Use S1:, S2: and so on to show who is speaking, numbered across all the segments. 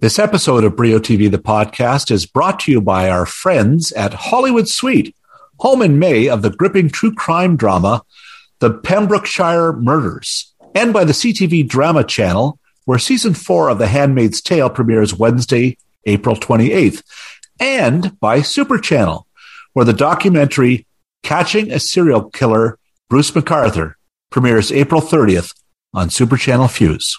S1: This episode of Brio TV, the podcast, is brought to you by our friends at Hollywood Suite, home in May of the gripping true crime drama, The Pembrokeshire Murders, and by the CTV Drama Channel, where season four of The Handmaid's Tale premieres Wednesday, April 28th, and by Super Channel, where the documentary Catching a Serial Killer, Bruce MacArthur, premieres April 30th on Super Channel Fuse.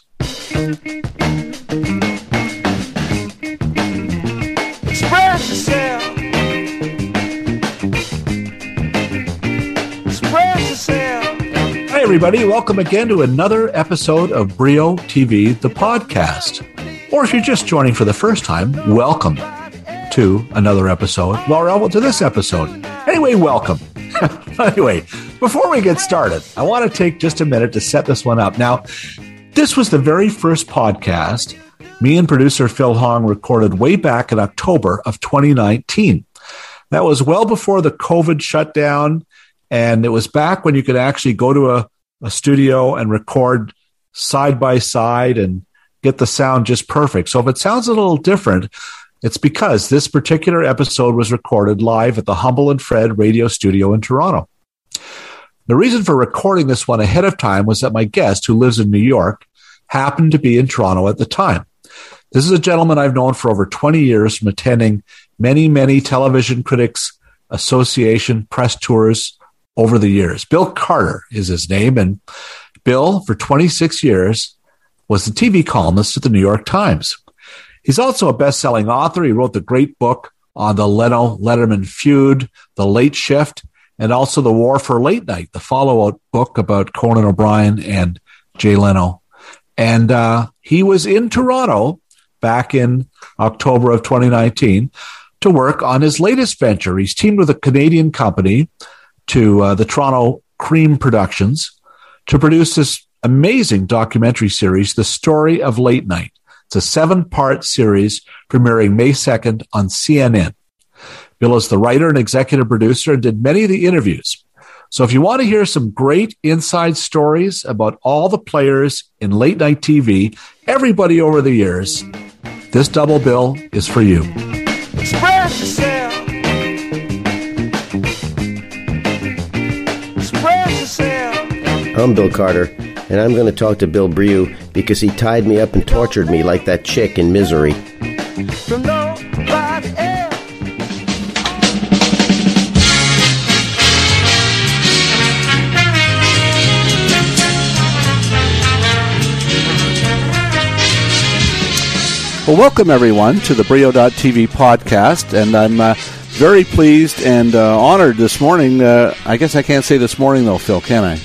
S2: Express yourself. Express yourself.
S1: Hi, everybody. Welcome again to another episode of Brio TV, the podcast. Or if you're just joining for the first time, welcome to another episode. Well, welcome to this episode. Anyway, welcome. anyway, before we get started, I want to take just a minute to set this one up. Now, this was the very first podcast me and producer Phil Hong recorded way back in October of 2019. That was well before the COVID shutdown. And it was back when you could actually go to a, a studio and record side by side and get the sound just perfect. So if it sounds a little different, it's because this particular episode was recorded live at the Humble and Fred radio studio in Toronto. The reason for recording this one ahead of time was that my guest, who lives in New York, happened to be in Toronto at the time. This is a gentleman I've known for over 20 years from attending many, many Television Critics Association press tours over the years. Bill Carter is his name. And Bill, for 26 years, was the TV columnist at the New York Times. He's also a best selling author. He wrote the great book on the Leno Letterman feud, The Late Shift, and also The War for Late Night, the follow up book about Conan O'Brien and Jay Leno. And uh, he was in Toronto back in October of 2019 to work on his latest venture. He's teamed with a Canadian company to uh, the Toronto Cream Productions to produce this amazing documentary series, The Story of Late Night. It's a seven part series premiering May 2nd on CNN. Bill is the writer and executive producer and did many of the interviews. So if you want to hear some great inside stories about all the players in late night TV, everybody over the years, this double bill is for you.
S2: Express yourself. Express yourself.
S3: I'm Bill Carter, and I'm going to talk to Bill Brew because he tied me up and tortured me like that chick in misery.
S2: From nobody else.
S4: Well, welcome everyone to the Brio.tv podcast, and I'm uh, very pleased and uh, honored this morning. Uh, I guess I can't say this morning though, Phil, can I?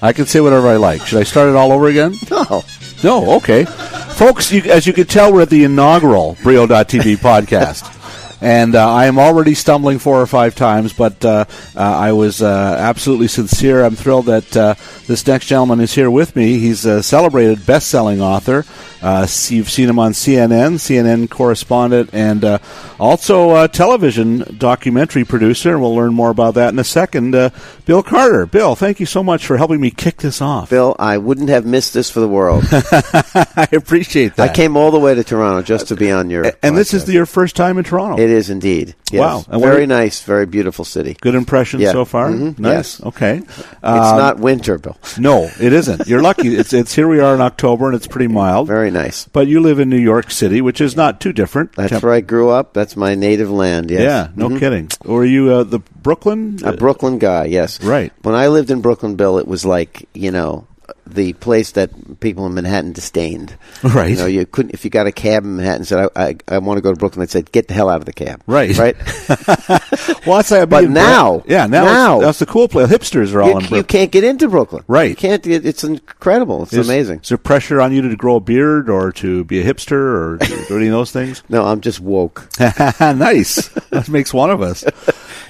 S4: I can say whatever I like. Should I start it all over again?
S3: Oh,
S4: No, okay. Folks, you, as you can tell, we're at the inaugural Brio.tv podcast. And uh, I am already stumbling four or five times, but uh, uh, I was uh, absolutely sincere. I'm thrilled that uh, this next gentleman is here with me. He's a celebrated best selling author. Uh, s- you've seen him on CNN, CNN correspondent, and uh, also uh television documentary producer. We'll learn more about that in a second. Uh, Bill Carter. Bill, thank you so much for helping me kick this off.
S3: Bill, I wouldn't have missed this for the world.
S4: I appreciate that.
S3: I came all the way to Toronto just to be on your.
S4: A- And this is
S3: podcast.
S4: the, your first time in Toronto.
S3: It is indeed. Yes.
S4: Wow. And what
S3: Very
S4: are-
S3: nice, very beautiful city.
S4: Good impression
S3: Yeah.
S4: so far.
S3: Mhm.
S4: Nice.
S3: Yes.
S4: Okay. Uh,
S3: It's
S4: Um,
S3: not winter, Bill.
S4: no, it isn't. You're lucky. It's it's here. We are in October, and it's pretty mild.
S3: Very nice.
S4: But you live in New York City, which is not too different.
S3: That's
S4: Temp-
S3: where I grew up. That's my native land. Yes. Mm-hmm.
S4: Yeah. No kidding. Or you uh, the Brooklyn?
S3: A Brooklyn guy, yes.
S4: Right.
S3: When I lived in Brooklyn, Bill, it was like, you know, the place that people in Manhattan disdained.
S4: Right.
S3: You know, you couldn't, if you got a cab in Manhattan and said, I, I, I want to go to Brooklyn, they'd say, get the hell out of the cab.
S4: Right.
S3: Right?
S4: Uh, well, that's like
S3: But now-
S4: yeah, now, it's-
S3: now-
S4: that's the cool place. Hipsters are all
S3: you,
S4: in
S3: you
S4: Brooklyn.
S3: can't get into Brooklyn.
S4: Right.
S3: You can't, it, it's incredible. It's
S4: Is-
S3: amazing.
S4: Is there pressure on you to grow a beard or to be a hipster or to do any of those things?
S3: No, I'm just woke.
S4: nice. That makes one of us.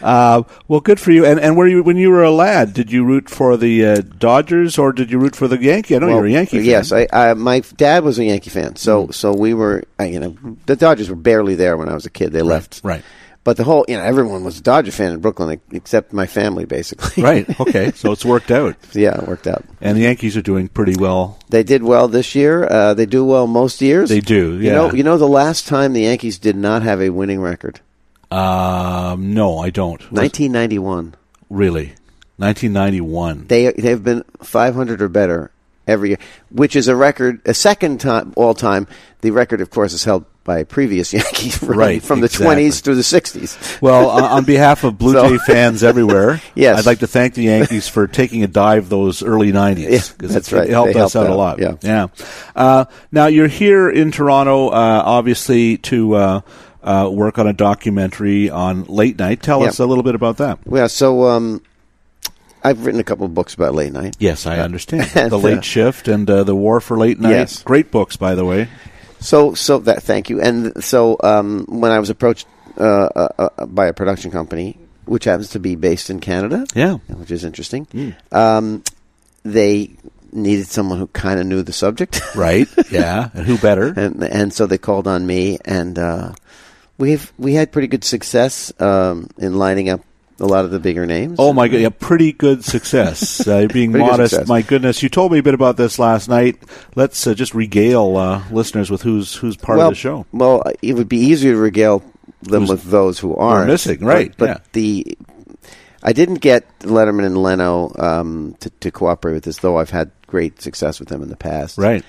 S4: Uh, well, good for you. And and were you when you were a lad? Did you root for the uh, Dodgers or did you root for the Yankee? I know Oh, you're a Yankee. fan. Mm.
S3: Yes, I, I, my dad was a Yankee fan, so so we were. I, you know, the Dodgers were barely there when I was a kid. They left.
S4: right.
S3: But the whole, you know, everyone was a Dodger fan in Brooklyn e, except my family, basically.
S4: Right. Okay. So it's worked out,
S3: yeah, it worked out.
S4: and the Yankees are doing pretty well.
S3: They did well this year. Uh, they do well most years.
S4: They do,
S3: You know,
S4: yeah.
S3: you know, the last time the Yankees did not have a winning record,
S4: Um, no, I don't. Was-
S3: 1991.
S4: really, 1991.
S3: They they've been 500 or better every year, which is a record, a second time all time. The record, of course, is held by previous Yankees from,
S4: Right,
S3: from the
S4: exactly.
S3: 20s through the 60s.
S4: Well, on on behalf of Blue
S3: So-
S4: Jay fans everywhere,
S3: Yes.
S4: I'd like to thank the Yankees for taking a dive those early 90s.
S3: Yeah,
S4: 'cause
S3: that's
S4: it-
S3: right.
S4: It helped
S3: They
S4: us
S3: helped
S4: out, a
S3: out,
S4: lot.
S3: yeah.
S4: Yeah. Uh, now, you're here in Toronto, uh, obviously, to uh, uh, work on a documentary on late night. Tell
S3: Yeah.
S4: us a little bit about that.
S3: yeah, so um, I've written a couple of books about late night.
S4: Yes, I understand. the
S3: uh,
S4: Late Shift and uh, The War for Late Night.
S3: Yes.
S4: Great books, by the way.
S3: So, so that thank you. And so, um, when I was approached uh, uh, uh, by a production company, which happens to be based in Canada,
S4: Yeah. Hmm.
S3: which is interesting, um, they needed someone who kind of knew the subject,
S4: Right. Yeah. And who better?
S3: and and so they called on me, and uh, we've we had pretty good success um, in lining up a lot of the bigger names.
S4: Oh my god, yeah, pretty good success. Uh, being
S3: Pretty good
S4: modest,
S3: success.
S4: my goodness, you told me a bit about this last night. Let's uh, just regale uh, listeners with who's who's part
S3: well,
S4: of the show.
S3: Well, it would be easier to regale them
S4: Who's-
S3: with those who aren't
S4: missing, right,
S3: But, but
S4: yeah.
S3: the I didn't get Letterman and Leno um, to, to cooperate with this, though I've had great success with them in the past.
S4: Right.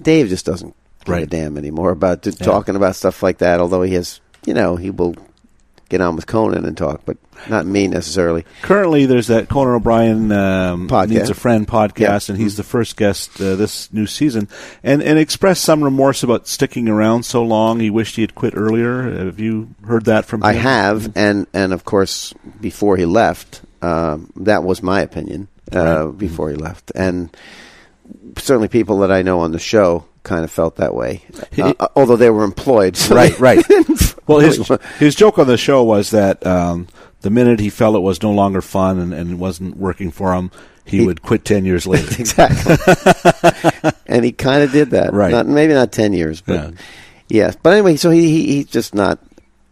S3: Dave just doesn't give a
S4: Right.
S3: damn anymore about t- talking about stuff like that. Although he has, you know, he will get on with Conan and talk, but not me necessarily.
S4: Currently, there's that Conan O'Brien um,
S3: Podcast.
S4: needs a friend podcast,
S3: Yeah. Mm-hmm.
S4: and he's the first guest uh, this new season, and and expressed some remorse about sticking around so long. He wished he had quit earlier. Have you heard that from?
S3: I
S4: him? Mm-hmm.
S3: have, and and of course, before he left, um, that was my opinion. Uh,
S4: Mm-hmm.
S3: Before he left, and certainly people that I know on the show kind of felt that way, uh,
S4: He-
S3: although they were employed. so
S4: Right,
S3: they-
S4: right. Well, his
S3: Really?
S4: his joke on the show was that um, the minute he felt it was no longer fun and, and wasn't working for him, he, would quit ten years later.
S3: exactly. and he kind of did that,
S4: Right.
S3: Not, maybe not ten years, but
S4: Yeah.
S3: yes. But anyway, so he, he he's just not.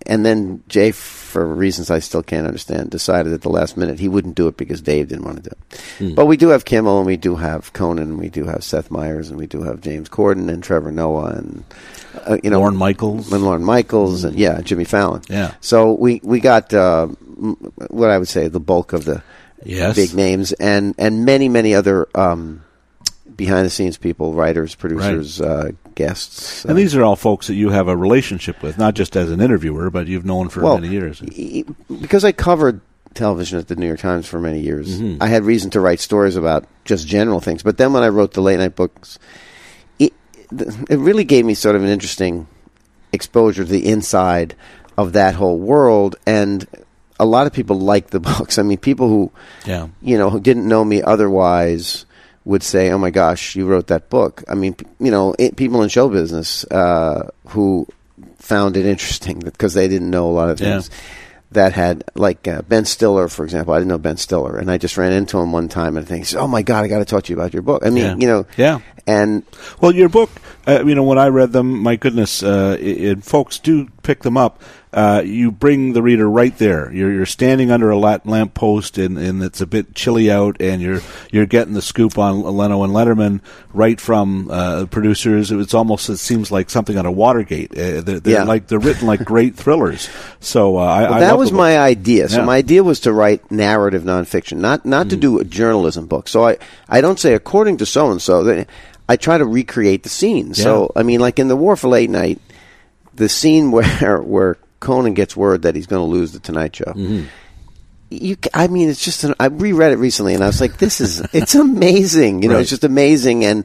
S3: And then Jay, for reasons I still can't understand, decided at the last minute he wouldn't do it because Dave didn't want to do it.
S4: Hmm.
S3: But we do have Kimmel, and we do have Conan, and we do have Seth Meyers, and we do have James Corden and Trevor Noah, and uh, you know
S4: Lorne Michaels.
S3: and Lorne Michaels, and yeah, Jimmy Fallon.
S4: Yeah.
S3: So we we got uh, m- what I would say the bulk of the
S4: Yes.
S3: big names and and many many other um, behind the scenes people, writers, producers, uh, guests.
S4: And
S3: uh,
S4: these are all folks that you have a relationship with, not just as an interviewer, but you've known for
S3: well,
S4: many years.
S3: e- e- because I covered television at the New York Times for many years,
S4: Mm-hmm.
S3: I had reason to write stories about just general things. But then when I wrote the late night books, it th- it really gave me sort of an interesting exposure to the inside of that whole world and. A lot of people like the books. I mean, people who
S4: Yeah.
S3: you know, who didn't know me otherwise would say, "Oh my gosh, you wrote that book." I mean, p- you know, it, people in show business uh, who found it interesting because they didn't know a lot of
S4: Yeah.
S3: things that had, like uh, Ben Stiller, for example. I didn't know Ben Stiller, and I just ran into him one time and thinks, "Oh my god, I got to talk to you about your book." I mean,
S4: Yeah.
S3: you know,
S4: Yeah.
S3: and
S4: Well, your book, uh, you know, when I read them, my goodness, uh, i i- folks do pick them up. Uh, you bring the reader right there. You're, you're standing under a lamp lamppost, and, and it's a bit chilly out, and you're you're getting the scoop on Leno and Letterman right from uh, producers. It's almost it seems like something out of Watergate. Uh, they're, they're
S3: Yeah.
S4: like they're written like great thrillers. So uh, I, I
S3: Well, that
S4: love
S3: was
S4: the book.
S3: my idea. So
S4: Yeah. Mm.
S3: my idea was to write narrative nonfiction, not not to do a journalism book. So I I don't say according to so and so. I try to recreate the scene. So I mean, like in the War for Late Night, the scene where where Conan gets word that he's going to lose the Tonight Show.
S4: Mm-hmm.
S3: You, ca- I mean, it's just an, I reread it recently, and I was like, "This is it's amazing." You know,
S4: Right.
S3: it's just amazing. And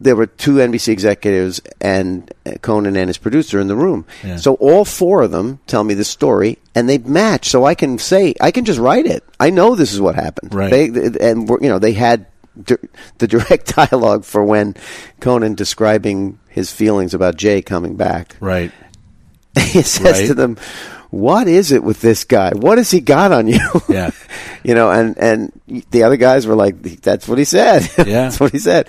S3: there were two NBC executives and uh, Conan and his producer in the room.
S4: Yeah.
S3: So all four of them tell me the story, and they match. So I can say I can just write it. I know this is what happened.
S4: Right.
S3: They th- and we're- you know they had di- the direct dialogue for when Conan describing his feelings about Jay coming back
S4: right.
S3: he says
S4: Right.
S3: to them, "What is it with this guy? What has he got on you?"
S4: Yeah.
S3: you know, and and the other guys were like, "That's what he said.
S4: Yeah.
S3: that's what he said."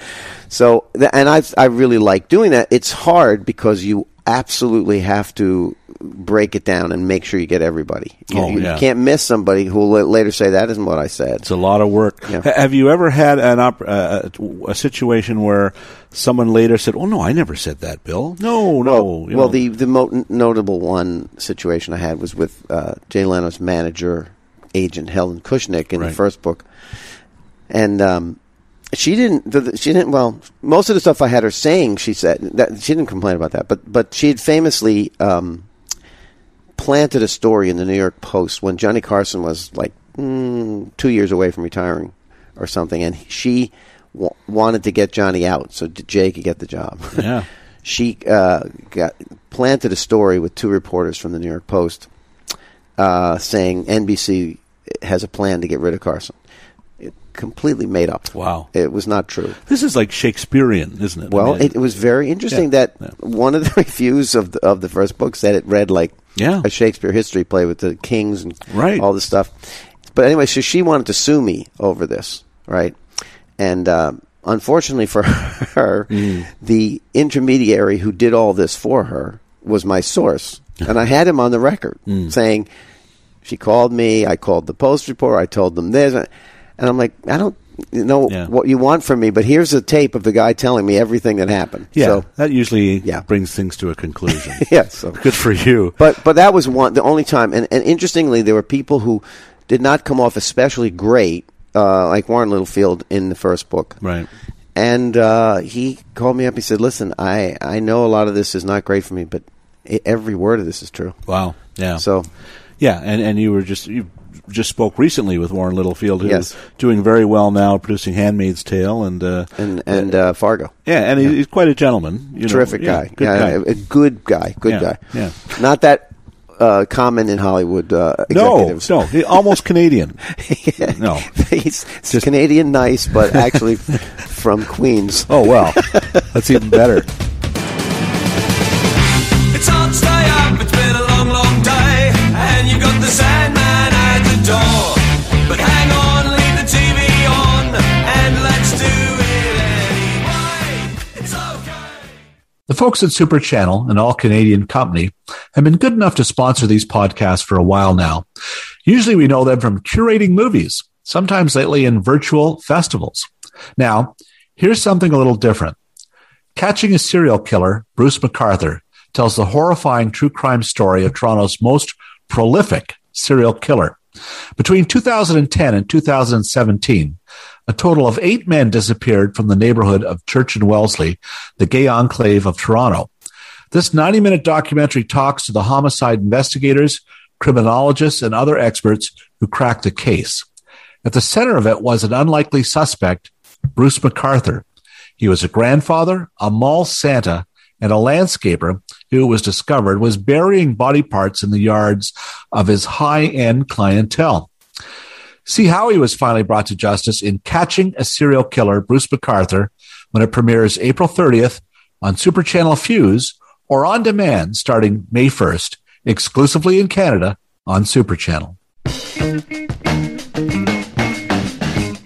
S3: So, th- and I I really like doing that. It's hard because you absolutely have to break it down and make sure you get everybody. You,
S4: Oh,
S3: you
S4: yeah.
S3: can't miss somebody who will la- later say that isn't what I said.
S4: It's a lot of work.
S3: Yeah.
S4: Ha- Have you ever had an op- uh, a, a situation where someone later said, "Oh no, I never said that, Bill." No, no. you
S3: well,
S4: know.
S3: the the mo- notable one situation I had was with uh, Jay Leno's manager, agent Helen Kushnick in
S4: Right.
S3: the first book, and um, she didn't. The, the- she didn't. Well, most of the stuff I had her saying, she said that she didn't complain about that. But but she had famously um, planted a story in the New York Post when Johnny Carson was like mm, two years away from retiring or something, and she w- wanted to get Johnny out so Jay could get the job.
S4: Yeah.
S3: she uh, got planted a story with two reporters from the New York Post uh, saying NBC has a plan to get rid of Carson. It completely made up.
S4: Wow.
S3: It was not true.
S4: this is like Shakespearean, isn't it? I
S3: Well,
S4: mean,
S3: it, it was very interesting
S4: Yeah,
S3: that
S4: yeah.
S3: one of the reviews of the, of the first book said it read like
S4: Yeah.
S3: a Shakespeare history play with the kings and
S4: Right.
S3: all this stuff. But anyway, so she wanted to sue me over this, right? And uh, unfortunately for her,
S4: Mm.
S3: the intermediary who did all this for her was my source, and I had him on the record
S4: Mm.
S3: saying she called me. I called the post reporter. I told them this, and I'm like, I don't know
S4: Yeah.
S3: what you want from me, but here's a tape of the guy telling me everything that happened.
S4: yeah,
S3: So,
S4: that usually
S3: Yeah.
S4: brings things to a conclusion.
S3: yeah. So
S4: Good for you.
S3: but but that was one the only time, and, and interestingly, there were people who did not come off especially great, uh, like Warren Littlefield in the first book,
S4: Right.
S3: And uh, he called me up. He said, "Listen, I I know a lot of this is not great for me, but e- every word of this is true."
S4: Wow. Yeah.
S3: So
S4: Yeah, and, and you were just you just spoke recently with Warren Littlefield, who's
S3: Yes.
S4: doing very well now, producing *Handmaid's Tale*, and uh,
S3: and and uh, Fargo,
S4: yeah, and he- he's quite a gentleman, you know.
S3: terrific
S4: Yeah,
S3: guy,
S4: good
S3: Yeah,
S4: guy.
S3: A, a good guy, good
S4: Yeah,
S3: guy.
S4: yeah.
S3: not that uh, common in Hollywood. Uh,
S4: no,
S3: executives.
S4: no, he- almost Canadian. No.
S3: he's Canadian, nice, but actually from Queens.
S4: Oh well, that's even better.
S5: It's hard to stay up, it's been a long, long day. And you've got the Sandman at the door. But hang on, leave the TV on, and let's do it anyway. It's okay.
S1: The folks at Super Channel, an all Canadian company, have been good enough to sponsor these podcasts for a while now. Usually we know them from curating movies, sometimes lately in virtual festivals. Now, here's something a little different. Catching a serial killer, Bruce MacArthur, tells the horrifying true crime story of Toronto's most prolific serial killer. Between 2010 and 2017, a total of eight men disappeared from the neighborhood of Church and Wellesley, the gay enclave of Toronto. This 90 minute documentary talks to the homicide investigators, criminologists, and other experts who cracked the case. At the center of it was an unlikely suspect, Bruce MacArthur. He was a grandfather, a mall Santa, and a landscaper who it was discovered was burying body parts in the yards of his high end clientele. See how he was finally brought to justice in Catching a Serial Killer, Bruce MacArthur, when it premieres April 30th on Super Channel Fuse or on demand starting May 1st, exclusively in Canada on Super Channel.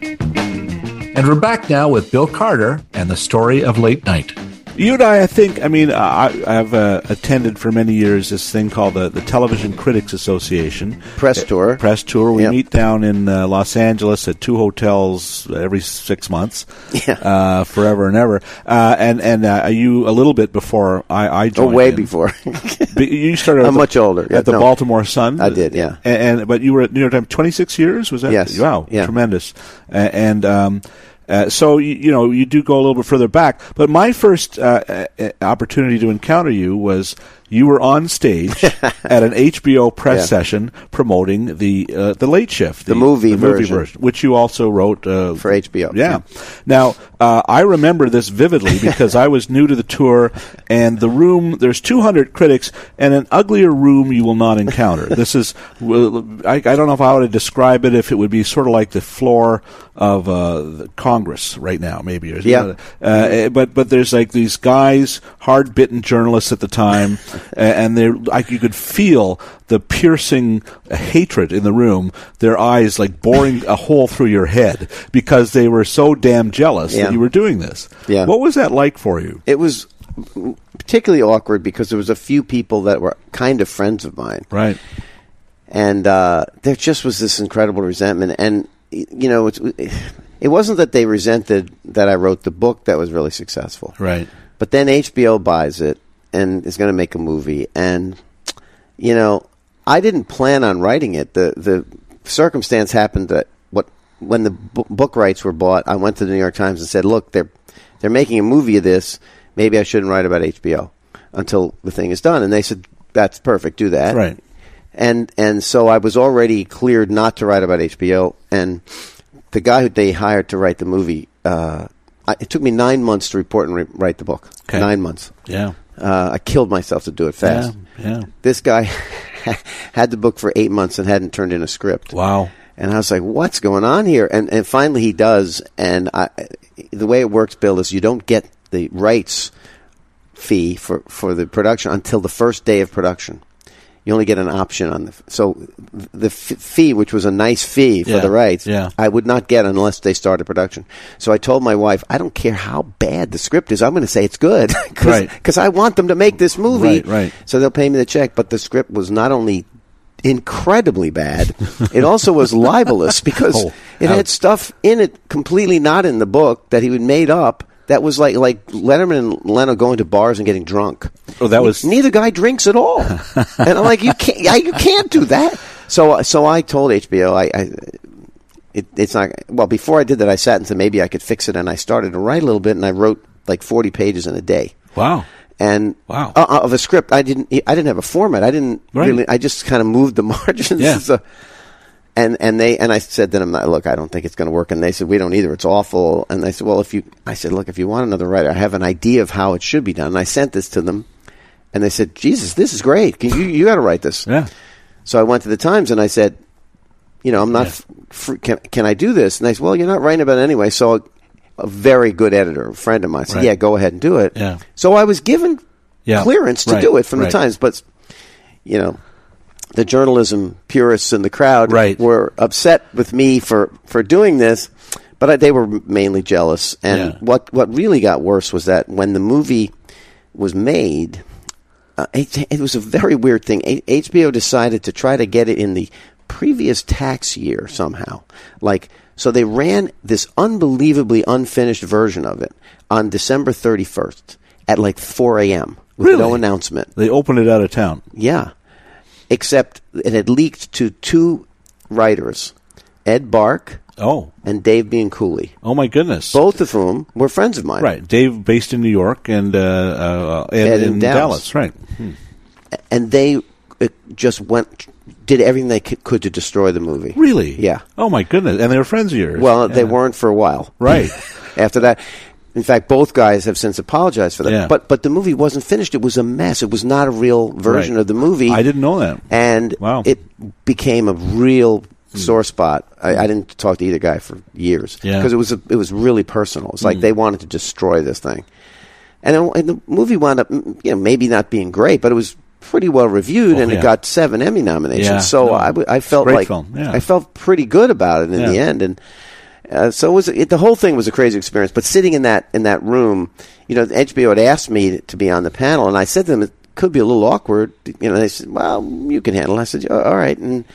S1: And we're back now with Bill Carter and the story of late night.
S4: You and I, I think, I mean, I, I've uh, attended for many years this thing called the, the Television Critics Association Uh,
S3: Press tour.
S4: Press tour. We
S3: Yep.
S4: meet down in uh, Los Angeles at two hotels every six months,
S3: Yeah.
S4: uh, forever and ever. Uh, and and uh, you a little bit before I, I
S3: Oh,
S4: joined.
S3: way
S4: in.
S3: before.
S4: But you started.
S3: I'm
S4: at the-
S3: much older. Yeah,
S4: at the
S3: no.
S4: Baltimore Sun.
S3: I did, yeah.
S4: And, and but you were at New York Times 26 years. Was that?
S3: Yes.
S4: Wow.
S3: Yeah.
S4: Tremendous. A- And. um, uh, so you, you know you do go a little bit further back, but my first uh, uh, opportunity to encounter you was you were on stage at an HBO press
S3: Yeah.
S4: session promoting the uh, the late shift, the,
S3: movie version.
S4: which you also wrote uh,
S3: For HBO,
S4: Yeah.
S3: yeah.
S4: Now uh, I remember this vividly because I was new to the tour, and the room there's 200 critics, and an uglier room you will not encounter. This is well, I, I don't know if I would describe it if it would be sort of like the floor of uh, the Congress right now, maybe. Or,
S3: Yeah.
S4: uh, eh, but but there's like these guys, hard bitten journalists at the time, a- and they are like you could feel the piercing hatred in the room. Their eyes like boring a hole through your head because they were so damn jealous
S3: Yeah.
S4: that you were doing this.
S3: Yeah.
S4: What was that like for you?
S3: it was particularly awkward because there was a few people that were kind of friends of mine,
S4: Right.
S3: and uh, there just was this incredible resentment. And y- you know, it's, it wasn't that they resented that I wrote the book that was really successful,
S4: Right.
S3: But then HBO buys it and is going to make a movie, and you know, I didn't plan on writing it. The the circumstance happened that what when the b- book rights were bought, I went to the New York Times and said, "Look, they're they're making a movie of this. Maybe I shouldn't write about HBO until the thing is done." And they said, "That's perfect. Do that."
S4: Right.
S3: And and so I was already cleared not to write about HBO, and the guy who they hired to write the movie. Uh, I, it took me nine months to report and re- write the book.
S4: Okay.
S3: Nine months.
S4: Yeah.
S3: Uh, I killed myself to do it fast.
S4: Yeah, yeah.
S3: This guy had the book for eight months and hadn't turned in a script.
S4: Wow.
S3: And I was like, "What's going on here?" And and finally he does. And I, the way it works, Bill, is you don't get the rights fee for for the production until the first day of production. You only get an option on the so the f- fee, which was a nice fee for
S4: Yeah,
S3: the rights.
S4: yeah.
S3: I would not get unless they started production. So I told my wife, I don't care how bad the script is, I'm going to say it's good
S4: Right.
S3: because I want them to make this movie movie.
S4: Right, right.
S3: So they'll pay me the check, but the script was not only incredibly bad, it also was libelous because
S4: Oh,
S3: it
S4: ouch.
S3: had stuff in it completely not in the book that he would made up. That was like like Letterman and Leno going to bars and getting drunk.
S4: Oh, that was-
S3: neither guy drinks at all, and I'm like, you can't, yeah, you can't do that. So, so I told HBO, I, I it, it's not well. Before I did that, I sat and said maybe I could fix it, and I started to write a little bit, and I wrote like 40 pages in a day
S4: Wow.
S3: and
S4: Wow.
S3: uh, uh, of a script. I didn't. I didn't have a format. I didn't
S4: Right.
S3: really. I just kind of moved the margins.
S4: Yeah.
S3: So- and and they and I said to them, look, I don't think it's going to work. And they said, we don't either. It's awful. And I said, well, if you, I said, look, if you want another writer, I have an idea of how it should be done. And I sent this to them, and they said, Jesus, this is great. Can you you got to write this.
S4: Yeah.
S3: So I went to the Times and I said, you know, I'm not. F- fr- can, can I do this? And they said, well, you're not writing about it anyway. So a, a very good editor, a friend of mine, said,
S4: Right.
S3: yeah, go ahead and do it.
S4: Yeah.
S3: So I was given
S4: Yeah.
S3: clearance to
S4: Right,
S3: do it from
S4: right.
S3: the Times, but you know, the journalism purists in the crowd
S4: Right.
S3: were upset with me for for doing this, but I, they were mainly jealous. And
S4: Yeah.
S3: what what really got worse was that when the movie was made, uh, it, it was a very weird thing. A- HBO decided to try to get it in the previous tax year somehow. Like, so they ran this unbelievably unfinished version of it on December 31st at like 4 a.m. with
S4: Really?
S3: no announcement.
S4: They opened it out of town.
S3: Yeah. Except it had leaked to two writers, Ed Bark
S4: Oh.
S3: and Dave Bean Cooley,
S4: Oh my goodness.
S3: both of whom were friends of mine.
S4: Right. Dave based in New York and uh, uh, Ed,
S3: Ed
S4: in,
S3: in
S4: Dallas.
S3: Dallas.
S4: Right.
S3: And they uh, just went, did everything they c- could to destroy the movie.
S4: Really?
S3: Yeah.
S4: Oh my goodness. And they were friends of yours.
S3: Well,
S4: Yeah.
S3: they weren't for a while.
S4: Right.
S3: After that, in fact, both guys have since apologized for that.
S4: Yeah.
S3: But but the movie wasn't finished. It was a mess. It was not a real version
S4: Right.
S3: of the movie.
S4: I didn't know that.
S3: And
S4: Wow.
S3: it became a real sore spot. I, I didn't talk to either guy for years
S4: Yeah. Mm.
S3: because it was a, it was really personal. It's like they wanted to destroy this thing. And, it, and the movie wound up, mm, you know, maybe not being great, but it was pretty well reviewed,
S4: Oh,
S3: and
S4: yeah.
S3: it got seven Emmy nominations.
S4: Yeah,
S3: so
S4: no.
S3: I, w- I felt
S4: Great
S3: like
S4: film, yeah.
S3: I felt pretty good about it in the
S4: Yeah.
S3: end, and uh, so it was it, the whole thing was a crazy experience. But sitting in that in that room, you know, HBO had asked me to be on the panel, and I said to them it could be a little awkward. You know, they said, "Well, you can handle." it. I said, "Yeah, "All right," and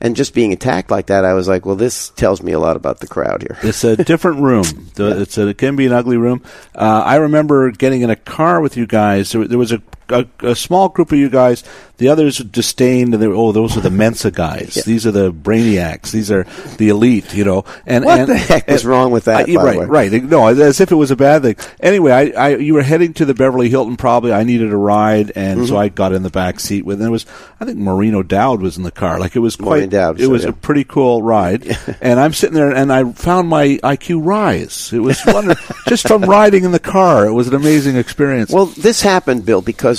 S3: and just being attacked like that, I was like, "Well, this tells me a lot about the crowd here."
S4: It's a different room. The- It's a, it can be an ugly room. Uh, I remember getting in a car with you guys. There, there was a, a, a small group of you guys. The others disdained, and they were, oh, those are the Mensa guys. These are the brainiacs. These are the elite. You know. And
S3: What
S4: and-
S3: the heck was
S4: and-
S3: wrong with that,
S4: I- yeah,
S3: by the
S4: right,
S3: way?
S4: right. No, as if it was a bad thing. Anyway, I, I you were heading to the Beverly Hilton. Probably, I needed a ride, and
S3: Mm-hmm.
S4: so I got in the back seat with. And it was, I think, Marino Dowd was in the car. Like it was quite.
S3: Maureen Dowd,
S4: it
S3: so,
S4: was
S3: yeah.
S4: a pretty cool ride. and I'm sitting there, and I found my IQ rise. It was wonder just from riding in the car. It was an amazing experience.
S3: Well, this happened, Bill, because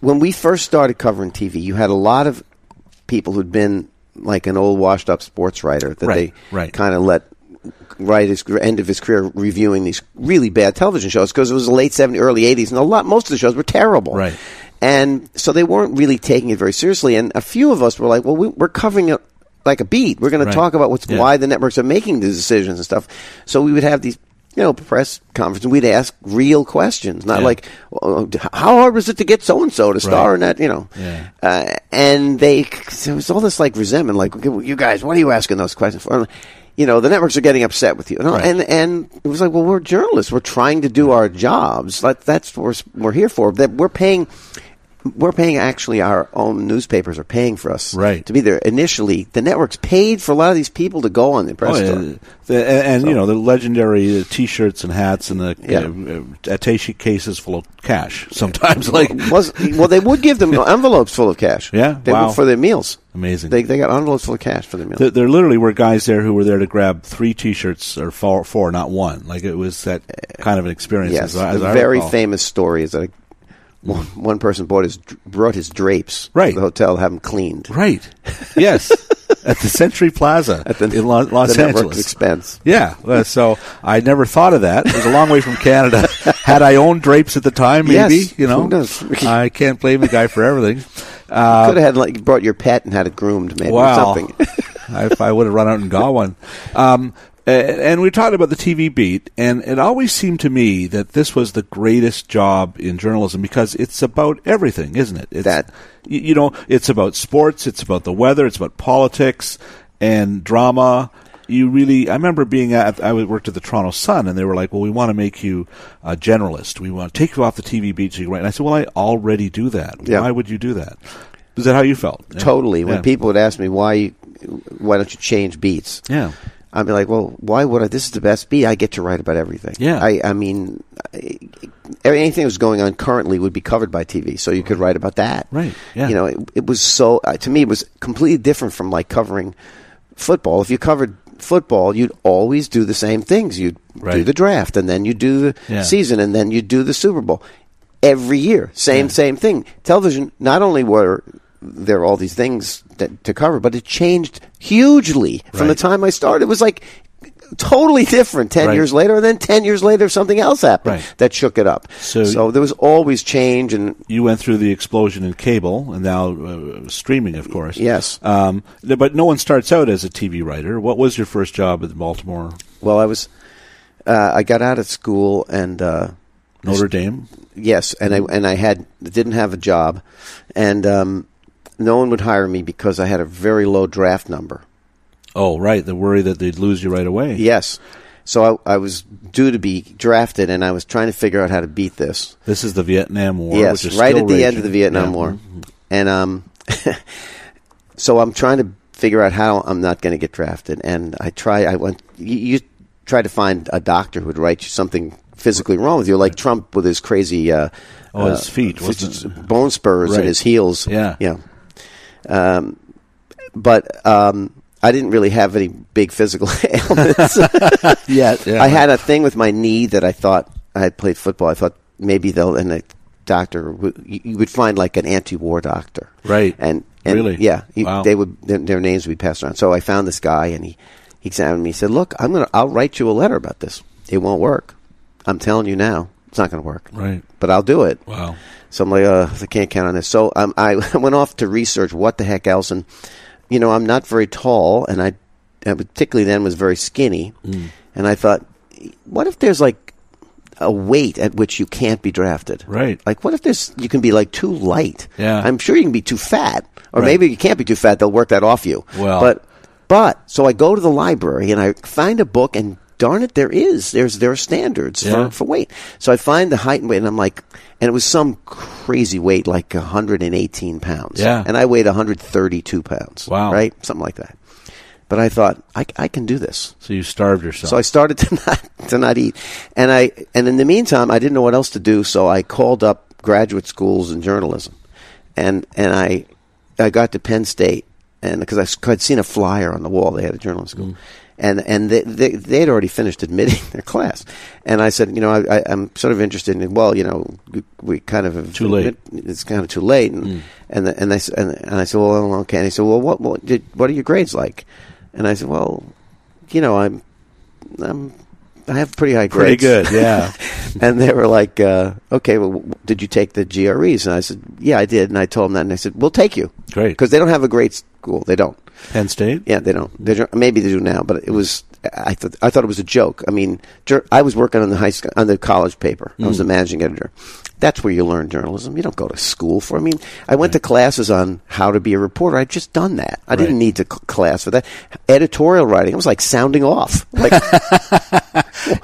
S3: when we first started covering TV, you had a lot of people who'd been like an old washed up sports writer that
S4: Right,
S3: they
S4: right.
S3: kind of let write his end of his career reviewing these really bad television shows because it was the late 70s early 80s and a lot most of the shows were terrible
S4: Right.
S3: and so they weren't really taking it very seriously and a few of us were like well we, we're covering it like a beat we're going
S4: Right.
S3: to talk about what's
S4: Yeah.
S3: why the networks are making these decisions and stuff so we would have these you know, press conference, and we'd ask real questions, not like, "Oh, how hard was it to get so and so to star
S4: Right.
S3: in that, you know?
S4: Yeah.
S3: Uh, and they, there was all this like resentment, like, you guys, what are you asking those questions for? You know, the networks are getting upset with you. And, and, and it was like, well, we're journalists. We're trying to do our jobs. Like, that's what we're, we're here for. That we're paying, we're paying actually our own newspapers are paying for us
S4: Right.
S3: to be there. Initially, the networks paid for a lot of these people to go on the press
S4: Oh, yeah.
S3: tour.
S4: The- and and, you know the legendary uh, T-shirts and hats and the
S3: Yeah.
S4: uh, uh, attaché cases full of cash. Sometimes, like
S3: was well, they would give them envelopes full of cash.
S4: Yeah?
S3: they
S4: Wow.
S3: would, for their meals.
S4: Amazing.
S3: They they got envelopes full of cash for their meals.
S4: There, there literally were guys there who were there to grab three T-shirts or four, four not one. Like it was that kind of an experience.
S3: yes,
S4: as I- as
S3: the
S4: I
S3: very
S4: recall. Mm.
S3: famous story is that one, one person bought his brought his drapes
S4: Right.
S3: to the hotel, to have them cleaned
S4: Right. Yes. At the Century Plaza
S3: at the
S4: in Lo- Los
S3: the network's
S4: Angeles.
S3: expense.
S4: Yeah, uh, so I never thought of that. It was a long way from Canada. Had I owned drapes at the time, maybe
S3: Yes,
S4: you know,
S3: who knows?
S4: I can't blame the guy for everything.
S3: Could have had like brought your pet and had it groomed, maybe or
S4: Uh, Wow.
S3: something.
S4: I, if I would have run out and got one. Um, a- and we talked about the TV beat, and it always seemed to me that this was the greatest job in journalism because it's about everything, isn't it? It's,
S3: That-
S4: y- you know, it's about sports, it's about the weather, it's about politics and drama. You really, I remember being at, I worked at the Toronto Sun, and they were like, "Well, we want to make you a generalist. We want to take you off the TV beat so you can write." And I said, "Well, I already do that.
S3: Yeah.
S4: Why would you do that?" Is that how you felt?
S3: totally. When
S4: Yeah.
S3: people would ask me why you, why don't you change beats?
S4: Yeah.
S3: I'd be like, well, why would I? This is the best beat. I get to write about everything.
S4: Yeah.
S3: I, I mean, I, e, anything that's going on currently would be covered by TV, so you could write about that.
S4: Right, yeah.
S3: You know, it, it was so uh, to me, it was completely different from like covering football. If you covered football, you'd always do the same things. You'd do
S4: Right.
S3: the draft, and then you do the
S4: Yeah.
S3: season, and then you do the Super Bowl every year. Same same thing. Television. Not only were there all these things that, to cover, but it changed hugely from the
S4: Right.
S3: time I started. It was like totally different 10
S4: Right.
S3: years later and then 10 years later something else happened
S4: Right.
S3: that shook it up
S4: So-
S3: so, there was always change and
S4: you went through the explosion in cable and now uh, streaming, of course.
S3: Yes.
S4: Um, th- but no one starts out as a TV writer. What was your first job at Baltimore
S3: well i was uh, i got out of school and uh,
S4: Notre Dame?
S3: Yes, and I and I had didn't have a job, and um, no one would hire me because I had a very low draft number.
S4: Oh, right. The worry that they'd lose you right away.
S3: Yes, so I, I was due to be drafted, and I was trying to figure out how to beat this.
S4: This is the Vietnam War.
S3: yes,
S4: which is
S3: right
S4: still
S3: at the end
S4: raging.
S3: of the Vietnam
S4: Yeah. Mm-hmm.
S3: War, and um, so I'm trying to figure out how I'm not going to get drafted, and I try. I went. You, you try to find a doctor who would write you something physically wrong with you, like Trump with his crazy. Uh,
S4: Oh, his
S3: uh,
S4: feet,
S3: f-
S4: wasn't
S3: bone spurs
S4: Right.
S3: and his heels.
S4: Yeah.
S3: yeah. Um, but um, I didn't really have any big physical ailments.
S4: Yeah, yeah.
S3: I had a thing with my knee that I thought I had played football. I thought maybe they'll and a doctor would- you you would find like an anti-war doctor,
S4: Right.
S3: And, and
S4: Really?
S3: yeah, he-
S4: Wow.
S3: they would their, their names would be passed around. So I found this guy and he he examined me. He said, "Look, I'm gonna I'll write you a letter about this. It won't work. I'm telling you now, it's not gonna work.
S4: Right.
S3: But I'll do it.
S4: Wow.
S3: So I'm like, uh, I can't count on this. So um, I went off to research what the heck else. And, you know, I'm not very tall, and I, I particularly then was very skinny.
S4: Mm.
S3: And I thought, what if there's like a weight at which you can't be drafted?
S4: Right.
S3: Like, what if there's, you can be like too light?
S4: Yeah.
S3: I'm sure you can be too fat, or
S4: Right.
S3: maybe you can't be too fat. They'll work that off you.
S4: Well.
S3: But, but, so I go to the library and I find a book, and darn it, there is. There's, there are standards
S4: Yeah.
S3: for, for weight. So I find the height and weight, and I'm like, and it was some crazy weight, like 118 pounds.
S4: Yeah.
S3: And I weighed 132 pounds.
S4: Wow.
S3: Right? Something like that. But I thought, I, I can do this.
S4: So you starved yourself.
S3: So I started to not to not eat, and I and in the meantime I didn't know what else to do, so I called up graduate schools in journalism, and and I I got to Penn State, and because I s- I'd seen a flyer on the wall they had a journalism school,
S4: Mm.
S3: and and they, they they'd already finished admitting their class, and I said you know I, I I'm sort of interested in well you know we, we kind of have
S4: Too late. Mm.
S3: it's kind of too late. And and the, and, they, s- and and I said, well, okay. And he said, well, what what did, what are your grades like? And I said, well, you know, I'm I'm Um, I have pretty high
S4: Pretty
S3: grades.
S4: good. Yeah.
S3: and they were like, uh, okay, well, w- did you take the GREs? And I said, yeah, I did. And I told them that, and I said, we'll take you
S4: Great.
S3: because they don't have a grade school. They don't.
S4: Penn State.
S3: Yeah, they don't. They don't- maybe they do now, but it was. I thought I thought it was a joke. I mean, jur- I was working on the high school on the college paper. I
S4: Mm.
S3: was the managing editor. That's where you learn journalism. You don't go to school for. I mean, I went to classes on how to be a reporter. I'd just done that. I didn't need to c- class for that. Editorial writing. It was like sounding off. Like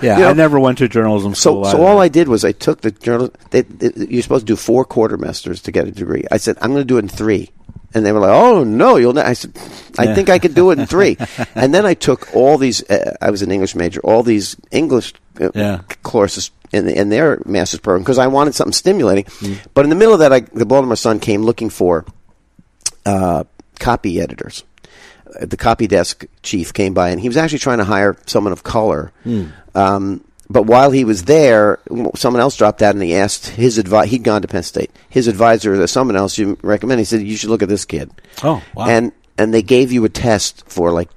S4: Yeah,
S3: You know-
S4: I never went to journalism
S3: so.
S4: school.
S3: so
S4: either.
S3: all I did was I took the journal. They, they- you're supposed to do four quartermasters to get a degree. I said I'm going to do it in three. And they were like, "Oh no, you'll." Not. I said, "I think I could do it in three. and then I took all these. Uh, I was an English major. All these English uh,
S4: Yeah.
S3: courses in, in their master's program because I wanted something stimulating.
S4: Mm.
S3: But in the middle of that, I, the Baltimore Sun came looking for uh, copy editors. Uh, The copy desk chief came by, and he was actually trying to hire someone of color.
S4: Hmm.
S3: Um, but while he was there, w- someone else dropped out, and he asked his advice. He'd gone to Penn State. His advisor, or someone else you recommend, he said you should look at this kid.
S4: Oh, wow.
S3: And and they gave you a test for like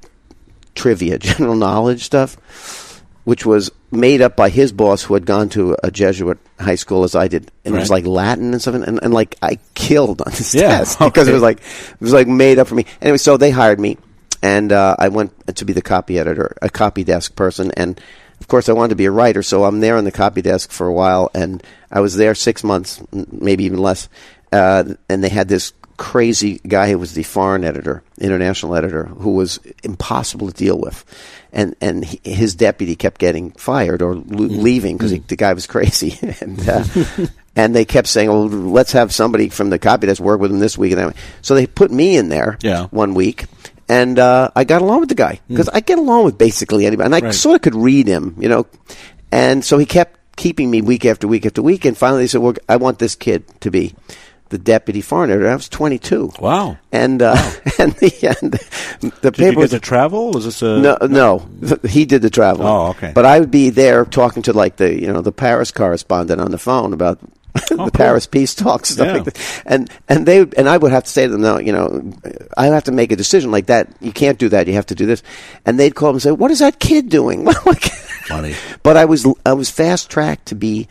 S3: trivia, general knowledge stuff, which was made up by his boss who had gone to a Jesuit high school as I did. And it was
S4: Right.
S3: like Latin and stuff. And, and like I killed on this
S4: Yeah,
S3: test because it
S4: okay.
S3: was like, it was like made up for me. Anyway, so they hired me and uh, I went to be the copy editor, a copy desk person. And of course I wanted to be a writer. So I'm there on the copy desk for a while and I was there six months, m- maybe even less. Uh, and they had this crazy guy who was the foreign editor, international editor, who was impossible to deal with, and and he, his deputy kept getting fired or l-
S4: Mm.
S3: leaving because the guy was crazy, and uh, and they kept saying, "Well, let's have somebody from the copy desk work with him this week," and that. so they put me in there
S4: Yeah. Mm.
S3: one week. And uh, I got along with the guy because I get along with basically anybody, and I
S4: Right.
S3: sort of could read him, you know. And so he kept keeping me week after week after week, and finally they said, "Well, I want this kid to be the deputy foreign editor." I was 22.
S4: Wow.
S3: And uh, and the and the
S4: Did
S3: paper
S4: you get
S3: was
S4: to travel? Was this a
S3: no, no, he did the traveling.
S4: Oh, okay.
S3: But I would be there talking to like the you know the Paris correspondent on the phone about the Paris peace talks stuff
S4: Oh, Yeah.
S3: like that. And and they and I would have to say to them, no, you know, I have to make a decision like that. You can't do that. You have to do this. And they'd call up and say, "What is that kid doing?" Like-
S4: Funny.
S3: but I was I was fast tracked to be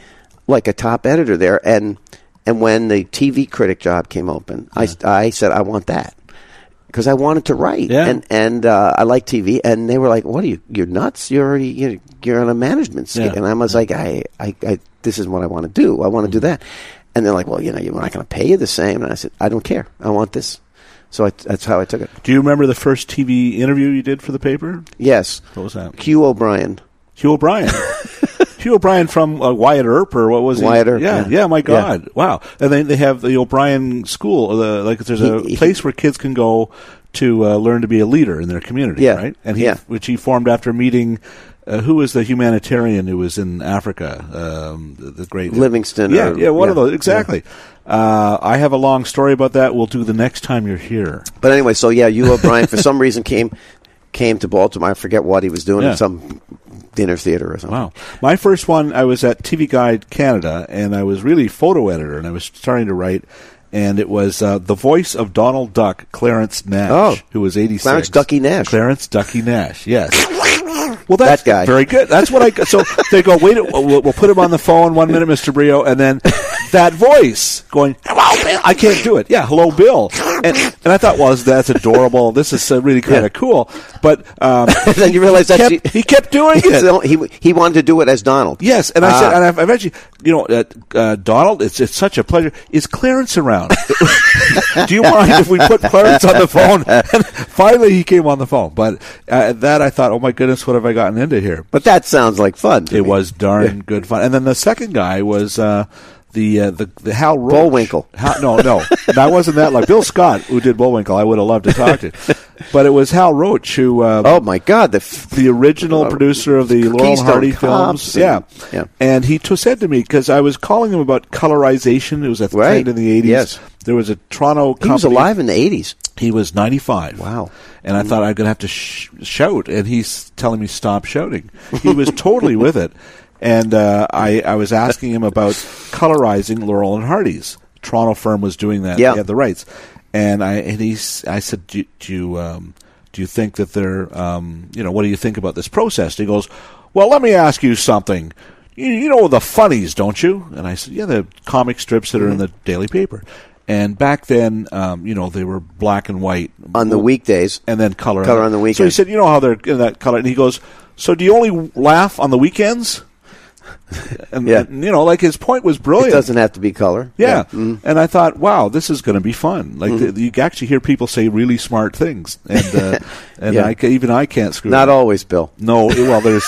S3: like a top editor there, and and when the TV critic job came open, I I said I want that because I wanted to write,
S4: Yeah.
S3: and and uh, I like TV, and they were like, "What are you? You're nuts! You're already you're, you're on a management scale,"
S4: Yeah. Mm-hmm.
S3: and I was like, I, I I this is what I want to do. I want to do that, and they're like, "Well, you know, we're not going to pay you the same," and I said, "I don't care. I want this." So I, that's how I took it.
S4: Do you remember the first TV interview you did for the paper?
S3: Yes,
S4: What was that?
S3: Q O'Brien.
S4: Hugh O'Brien. Hugh O'Brien from uh, Wyatt Earp, or what was he?
S3: Wyatt Earp,
S4: Yeah,
S3: yeah.
S4: yeah. My
S3: Yeah.
S4: God, wow! And then they have the O'Brien School. uh, The, like, there's a
S3: He- he-
S4: place where kids can go to uh, learn to be a leader in their community,
S3: Yeah,
S4: right? And he,
S3: yeah.
S4: which he formed after meeting. Uh, who was the humanitarian who was in Africa? Um, the, the great
S3: Livingston
S4: Yeah,
S3: or-
S4: yeah, one of
S3: yeah,
S4: those exactly. Uh, I have a long story about that. We'll do the next time you're here.
S3: But anyway, so yeah, Hugh O'Brien for some reason came came to Baltimore. I forget what he was doing
S4: Yeah.
S3: in some dinner theater or something.
S4: Wow. My first one, I was at TV Guide Canada, and I was really photo editor, and I was starting to write, and it was uh, the voice of Donald Duck, Clarence Nash,
S3: Oh.
S4: who was 86.
S3: Clarence Ducky Nash.
S4: Clarence Ducky Nash, yes. Well, that's
S3: That guy.
S4: Very good. That's what I. got. So they go, wait, we'll, we'll put him on the phone one minute, Mr. Brio, and then that voice going, hello, Bill. I can't do it. Yeah, hello, Bill. And, and I thought, well, that's adorable. This is uh, really kind of cool. But um,
S3: Then you realize that's
S4: kept, he kept doing it.
S3: So he he wanted to do it as Donald.
S4: Yes, and I
S3: Ah.
S4: said, and I've, I've actually, you know, uh, uh, Donald, it's it's such a pleasure. Is Clarence around? Do you mind if we put Clarence on the phone? And finally, he came on the phone. But uh, at that, I thought, oh my goodness, what have I gotten into here? But
S3: But that sounds like fun. to
S4: it
S3: me.
S4: was darn good fun. And then the second guy was. Uh, the, uh, the the Hal Roach.
S3: Bullwinkle.
S4: Hal, no, no, that wasn't that like Bill Scott who did Bullwinkle. I would have loved to talk to, but it was Hal Roach who uh,
S3: Oh my God! The f-
S4: the original producer of the Laurel and
S3: Uh, Keystone
S4: Hardy
S3: Cops
S4: films.
S3: and-
S4: yeah.
S3: yeah.
S4: And he t- said to me, because I was calling him about colorization. It was a trend
S3: Right.
S4: in the 80s.
S3: Yes.
S4: There was a Toronto
S3: he
S4: company.
S3: was alive in the eighties.
S4: He was 95.
S3: Wow. Mm.
S4: And I thought I'm going to have to sh- shout. And he's telling me, stop shouting. He was totally with it. And uh, I, I was asking him about colorizing Laurel and Hardy's. Toronto firm was doing that.
S3: Yeah.
S4: They had the rights. And I and he's, I said, do, do you um, do you think that they're um, you know what do you think about this process? And he goes, well, let me ask you something.
S3: Mm-hmm.
S4: You, you know the funnies, don't you? And I said, yeah, the comic strips that are in the daily paper. And back then, um, you know, they were black and white
S3: on the weekdays.
S4: and then color
S3: Color on the weekend.
S4: So he said, "You know how they're in that color." And he goes, "So do you only laugh on the weekends?" And,
S3: Yeah.
S4: and, you know, like his point was
S3: it
S4: brilliant.
S3: doesn't have to be color.
S4: yeah,
S3: Mm-hmm.
S4: and I thought, wow, this is going to be fun. Like th- you actually hear people say really smart things, and uh, and
S3: Yeah.
S4: I ca- even I can't screw.
S3: Not
S4: it up.
S3: always, Bill.
S4: No, well, there's.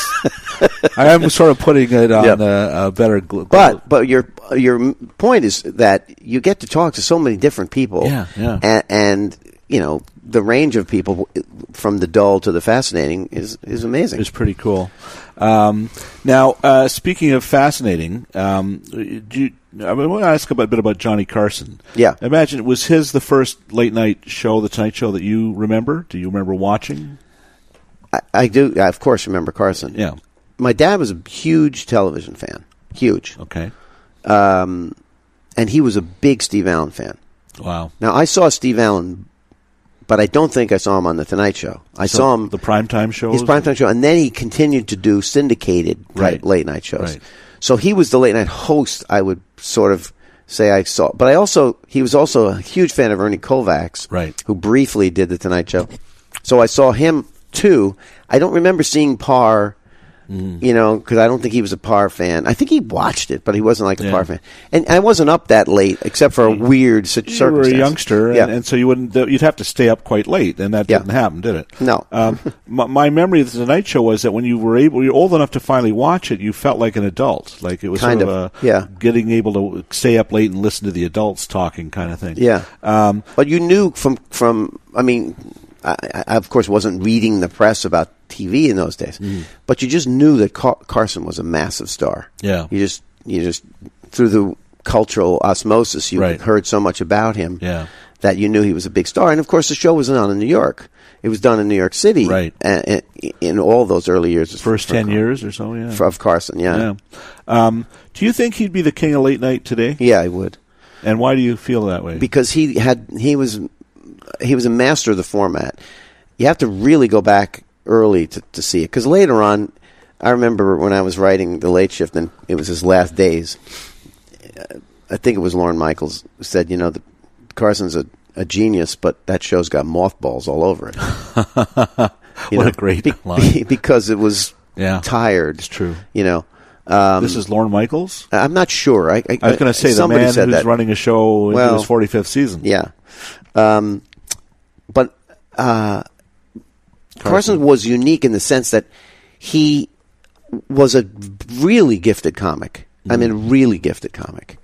S4: I am sort of putting it on
S3: Yep.
S4: uh, a better. Gl-
S3: But but your your point is that you get to talk to so many different people.
S4: Yeah, yeah.
S3: And, and you know the range of people from the dull to the fascinating is is amazing.
S4: It's pretty cool. Um, now, uh, speaking of fascinating, um, do you, I want to ask a bit about Johnny Carson.
S3: Yeah.
S4: imagine was his the first late night show, the Tonight Show that you remember? Do you remember watching?
S3: I, I do. I of course remember Carson.
S4: Yeah.
S3: My dad was a huge television fan. Huge.
S4: Okay.
S3: Um, and he was a big Steve Allen fan.
S4: Wow.
S3: Now I saw Steve Allen, but I don't think I saw him on the Tonight Show. I saw him
S4: the primetime show.
S3: his primetime show, and then he continued to do syndicated
S4: Right.
S3: right. late night shows.
S4: Right.
S3: So he was the late night host. I would sort of say I saw, but I also he was also a huge fan of Ernie Kovacs,
S4: Right.
S3: Who briefly did the Tonight Show. So I saw him too. I don't remember seeing Parr.
S4: Mm.
S3: You know, because I don't think he was a Parr fan. I think he watched it, but he wasn't like a
S4: Yeah.
S3: Parr fan. And I wasn't up that late, except for a weird si-
S4: You were a
S3: circumstance.
S4: youngster, and,
S3: yeah.
S4: and so you wouldn't. You'd have to stay up quite late, and that
S3: Yeah.
S4: didn't happen, did it?
S3: No.
S4: Um, my, my memory of the Tonight Show was that when you were able, you're old enough to finally watch it, you felt like an adult. Like it was
S3: Kind
S4: sort of,
S3: of,
S4: a
S3: yeah.
S4: getting able to stay up late and listen to the adults talking kind of thing.
S3: Yeah.
S4: Um,
S3: But you knew from from I mean, I, I I, of course wasn't reading the press about TV in those days,
S4: Mm-hmm.
S3: but you just knew that Car- Carson was a massive star.
S4: Yeah.
S3: you just you just through the cultural osmosis, you
S4: Right.
S3: heard so much about him.
S4: Yeah.
S3: That you knew he was a big star, and of course the show was not in New York; it was done in New York City,
S4: Right.
S3: a- a- in all those early years,
S4: first
S3: for
S4: ten
S3: Car-
S4: years or so. Yeah.
S3: for- of Carson. Yeah,
S4: yeah. Um, do you think he'd be the king of late night today?
S3: yeah, I would.
S4: And why do you feel that way?
S3: because he had he was he was a master of the format. You have to really go back early to, to see it because later on, I remember when I was writing the late shift and it was his last days. uh, I think it was Lauren Michaels who said, you know, the, Carson's a, a genius, but that show's got mothballs all over it. You
S4: What
S3: know,
S4: a great
S3: be-
S4: line.
S3: because it was
S4: Yeah.
S3: tired. It's
S4: true.
S3: You know, um,
S4: this is Lorne Michaels.
S3: I'm not sure. I,
S4: I was going to say the
S3: somebody
S4: man who's
S3: said that.
S4: running a show into
S3: Well,
S4: his forty fifth season.
S3: Yeah. Um, but uh, Carson. was unique in the sense that he was a really gifted comic. I mean, really gifted comic.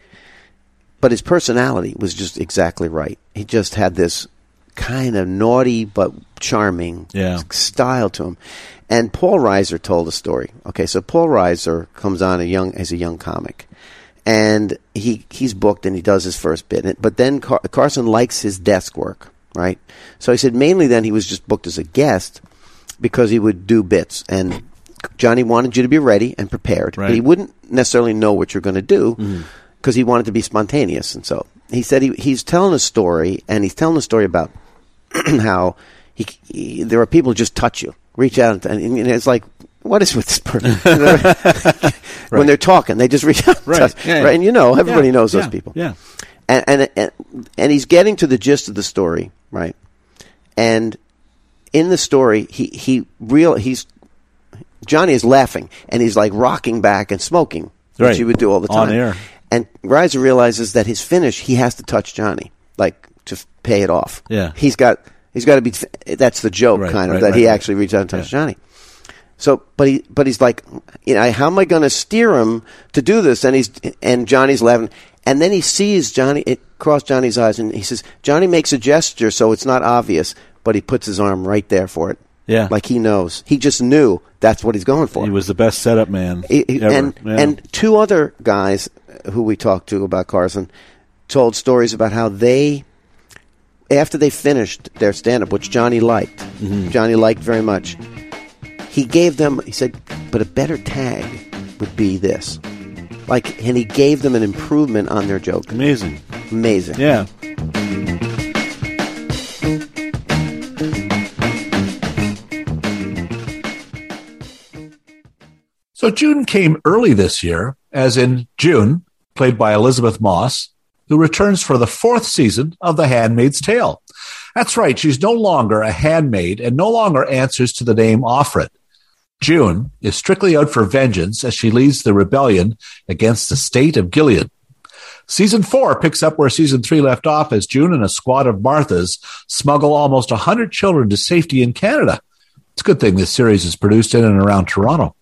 S3: But his personality was just exactly right. He just had this kind of naughty but charming
S4: Yeah.
S3: s- style to him. And Paul Reiser told a story. Okay, so Paul Reiser comes on a young as a young comic, and he he's booked and he does his first bit. And- But then Car- Carson likes his desk work, right? So he said mainly then he was just booked as a guest because he would do bits and. Johnny wanted you to be ready and prepared,
S4: Right.
S3: but he wouldn't necessarily know what you're going to do because he wanted to be spontaneous. And so he said he, he's telling a story, and he's telling a story about how he, he- there are people who just touch you, reach out, and, and it's like, what is with this person? You know, When they're talking, they just reach out, and
S4: Right.
S3: touch.
S4: Yeah, yeah.
S3: right? And you know, everybody
S4: Yeah,
S3: knows those
S4: yeah,
S3: people.
S4: yeah.
S3: and, and and and he's getting to the gist of the story, right? And in the story, he he real he's Johnny is laughing and he's like rocking back and smoking,
S4: Right.
S3: which he would do all the
S4: On
S3: time
S4: air.
S3: And Riser realizes that his finish, he has to touch Johnny, like to f- pay it off.
S4: Yeah.
S3: he's got he's got to be. That's the joke,
S4: Right,
S3: kind of
S4: right,
S3: that he
S4: right, right.
S3: actually reached out and touched
S4: Yeah.
S3: Johnny. So, but he, but he's like, you know, how am I going to steer him to do this? And he's, and Johnny's laughing, and then he sees Johnny it crossed Johnny's eyes, and he says, Johnny makes a gesture, so it's not obvious, but he puts his arm right there for it.
S4: Yeah.
S3: like he knows, he just knew that's what he's going for.
S4: He was the best setup man
S3: He- he-
S4: ever.
S3: and
S4: Yeah.
S3: and two other guys who we talked to about Carson told stories about how they after they finished their stand up which Johnny liked
S4: Mm-hmm.
S3: Johnny liked very much he gave them he said but a better tag would be this like and he gave them an improvement on their joke
S4: amazing.
S3: amazing
S4: Yeah.
S1: So June came early this year, as in June, played by Elizabeth Moss, who returns for the fourth season of The Handmaid's Tale. That's right, she's no longer a handmaid and no longer answers to the name Offred. June is strictly out for vengeance as she leads the rebellion against the state of Gilead. Season four picks up where season three left off as June and a squad of Marthas smuggle almost 100 children to safety in Canada. It's a good thing this series is produced in and around Toronto.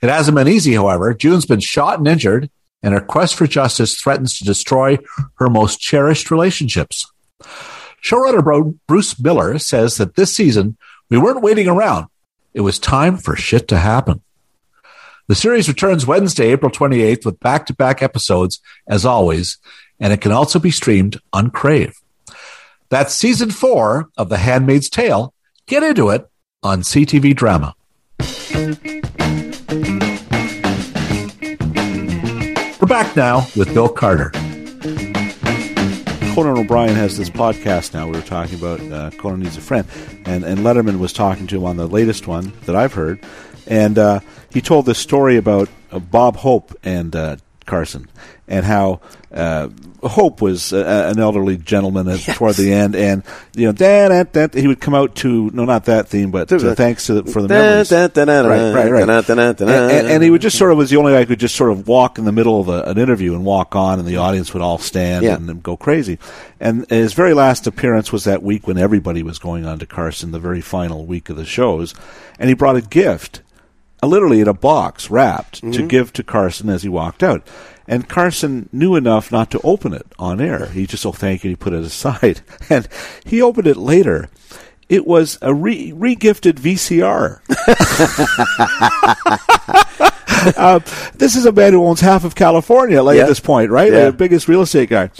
S1: It hasn't been easy, however. June's been shot and injured, and her quest for justice threatens to destroy her most cherished relationships. Showrunner Bro- Bruce Miller says that this season, we weren't waiting around. It was time for shit to happen. The series returns Wednesday, April 28th, with back to back episodes, as always, and it can also be streamed on Crave. That's season four of The Handmaid's Tale. Get into it on CTV Drama. We're back now with Bill Carter.
S4: Conan O'Brien has this podcast now. We were talking about uh, Conan needs a friend, and and Letterman was talking to him on the latest one that I've heard, and uh, he told this story about uh, Bob Hope and uh, Carson, and how uh, Hope was uh, an elderly gentleman at, toward the end, and you know that that that he would come out to no not that theme, but uh, thanks to the, for the memories,
S3: Da- da- da- da-
S4: right, right, right,
S3: da- da- da- da-
S4: And- and- and he would just sort of was the only guy who could just sort of walk in the middle of a, an interview and walk on, and the audience would all stand
S3: Yeah.
S4: and go crazy. And his very last appearance was that week when everybody was going on to Carson, the very final week of the shows, and he brought a gift, uh, literally in a box wrapped, to give to Carson as he walked out. And Carson knew enough not to open it on air. He just, oh, thank you, he put it aside. And he opened it later. It was a re- regifted VCR. Um, this is a man who owns half of California, like
S3: Yeah.
S4: at this point, right?
S3: Yeah.
S4: Like the biggest real estate guy.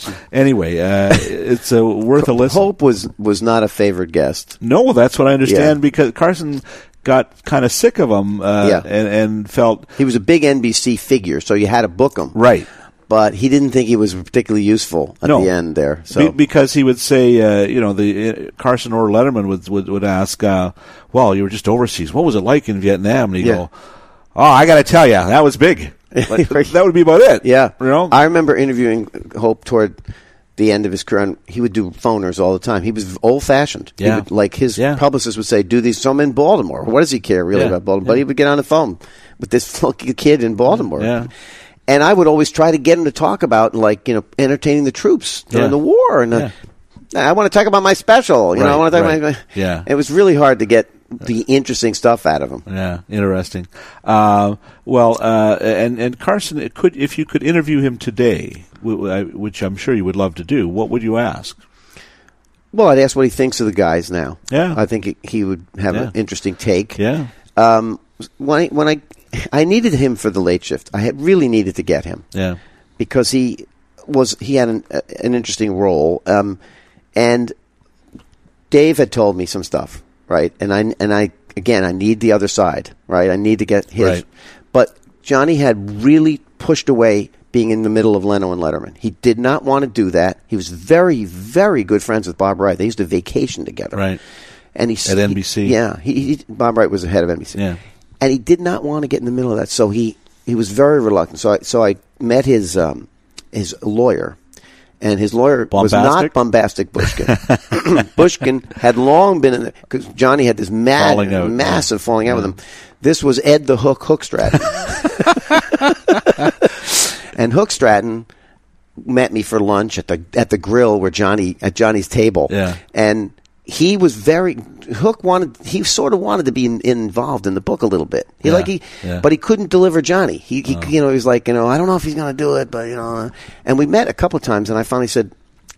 S4: Anyway, uh, it's uh, worth a listen.
S3: Hope was was not a favored guest.
S4: No, that's what I understand
S3: Yeah.
S4: because Carson got kind of sick of him uh,
S3: Yeah.
S4: and, and felt
S3: He was a big NBC figure, so you had to book him.
S4: right.
S3: But he didn't think he was particularly useful at
S4: No.
S3: the end there.
S4: Be-
S3: So
S4: because he would say, uh, you know, the uh, Carson or Letterman would would, would ask, uh, "Well, you were just overseas. What was it like in Vietnam?" And he would
S3: Yeah.
S4: go, "Oh, I got to tell you, that was big. Like,
S3: Right.
S4: That would be about it.
S3: yeah,
S4: you know,
S3: I remember interviewing Hope toward the end of his career. And he would do phoners all the time. He was old fashioned. He
S4: Yeah.
S3: would, like his
S4: Yeah.
S3: publicist would say, "Do these some in Baltimore." What does he care really
S4: Yeah.
S3: about Baltimore? But
S4: Yeah.
S3: he would get on the phone with this fucking kid in Baltimore.
S4: Yeah.
S3: And I would always try to get him to talk about like you know entertaining the troops during
S4: Yeah.
S3: the war and.
S4: Yeah.
S3: Uh, I want to talk about my special. You know, I
S4: Right,
S3: want to talk
S4: right.
S3: about my,
S4: Yeah.
S3: It was really hard to get the interesting stuff out of him.
S4: Yeah, interesting. Uh, well, uh, and and Carson, it could if you could interview him today, w- w- I- which I'm sure you would love to do, what would you ask?
S3: Well, I'd ask what he thinks of the guys now.
S4: Yeah.
S3: I think he- he would have
S4: Yeah.
S3: an interesting take.
S4: Yeah,
S3: Um, when I, when I I needed him for the late shift, I had really needed to get him
S4: yeah,
S3: because he was he had an, uh, an interesting role, um, and Dave had told me some stuff, right? And I and I again, I need the other side, right? I need to get his.
S4: Right.
S3: But Johnny had really pushed away being in the middle of Leno and Letterman. He did not want to do that. He was very, very good friends with Bob Wright. They used to vacation together,
S4: right.
S3: and he
S4: At NBC.
S3: He, yeah, he, he Bob Wright was the head of NBC.
S4: Yeah.
S3: and he did not want to get in the middle of that, so he he was very reluctant. So I so I met his um, his lawyer, and his lawyer was not
S4: Bombastic?
S3: bombastic. Bushkin. Bushkin had long been in the because Johnny had this mad,
S4: Falling out, yeah.
S3: massive falling out with him. This was Ed the Hook Hook Stratton, and Hook Stratton met me for lunch at the at the grill where Johnny at Johnny's table.
S4: Yeah.
S3: And he was very Hook wanted he sort of wanted to be in, involved in the book a little bit. He
S4: Yeah,
S3: like he
S4: yeah. Oh.
S3: but he couldn't deliver Johnny. He, he you know he was like, you know, I don't know if he's going to do it, but you know. And we met a couple of times and I finally said,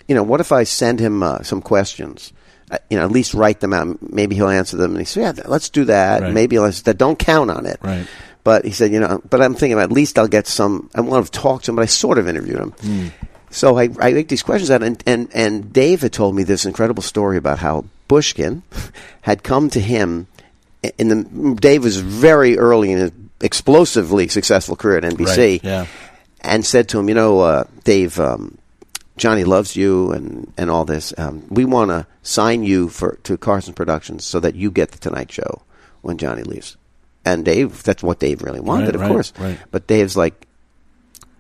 S3: you know, what if I send him uh, some questions? Uh, you know, at least write them out. Maybe he'll answer them. And he said, "Yeah, let's do that.
S4: Right.
S3: Maybe let's." That don't count on it.
S4: Right.
S3: But he said, you know, but I'm thinking at least I'll get some. I want to talk to him, but I sort of interviewed him.
S4: Hmm.
S3: So I, I make these questions out, and, and, and Dave had told me this incredible story about how Bushkin had come to him. In the Dave was very early in his explosively successful career at NBC,
S4: Right, yeah.
S3: and said to him, you know, uh, Dave, um, Johnny loves you, and and all this. Um, we want to sign you for to Carson Productions so that you get the Tonight Show when Johnny leaves. And Dave, that's what Dave really wanted,
S4: Right,
S3: of
S4: right,
S3: course.
S4: right.
S3: But Dave's like,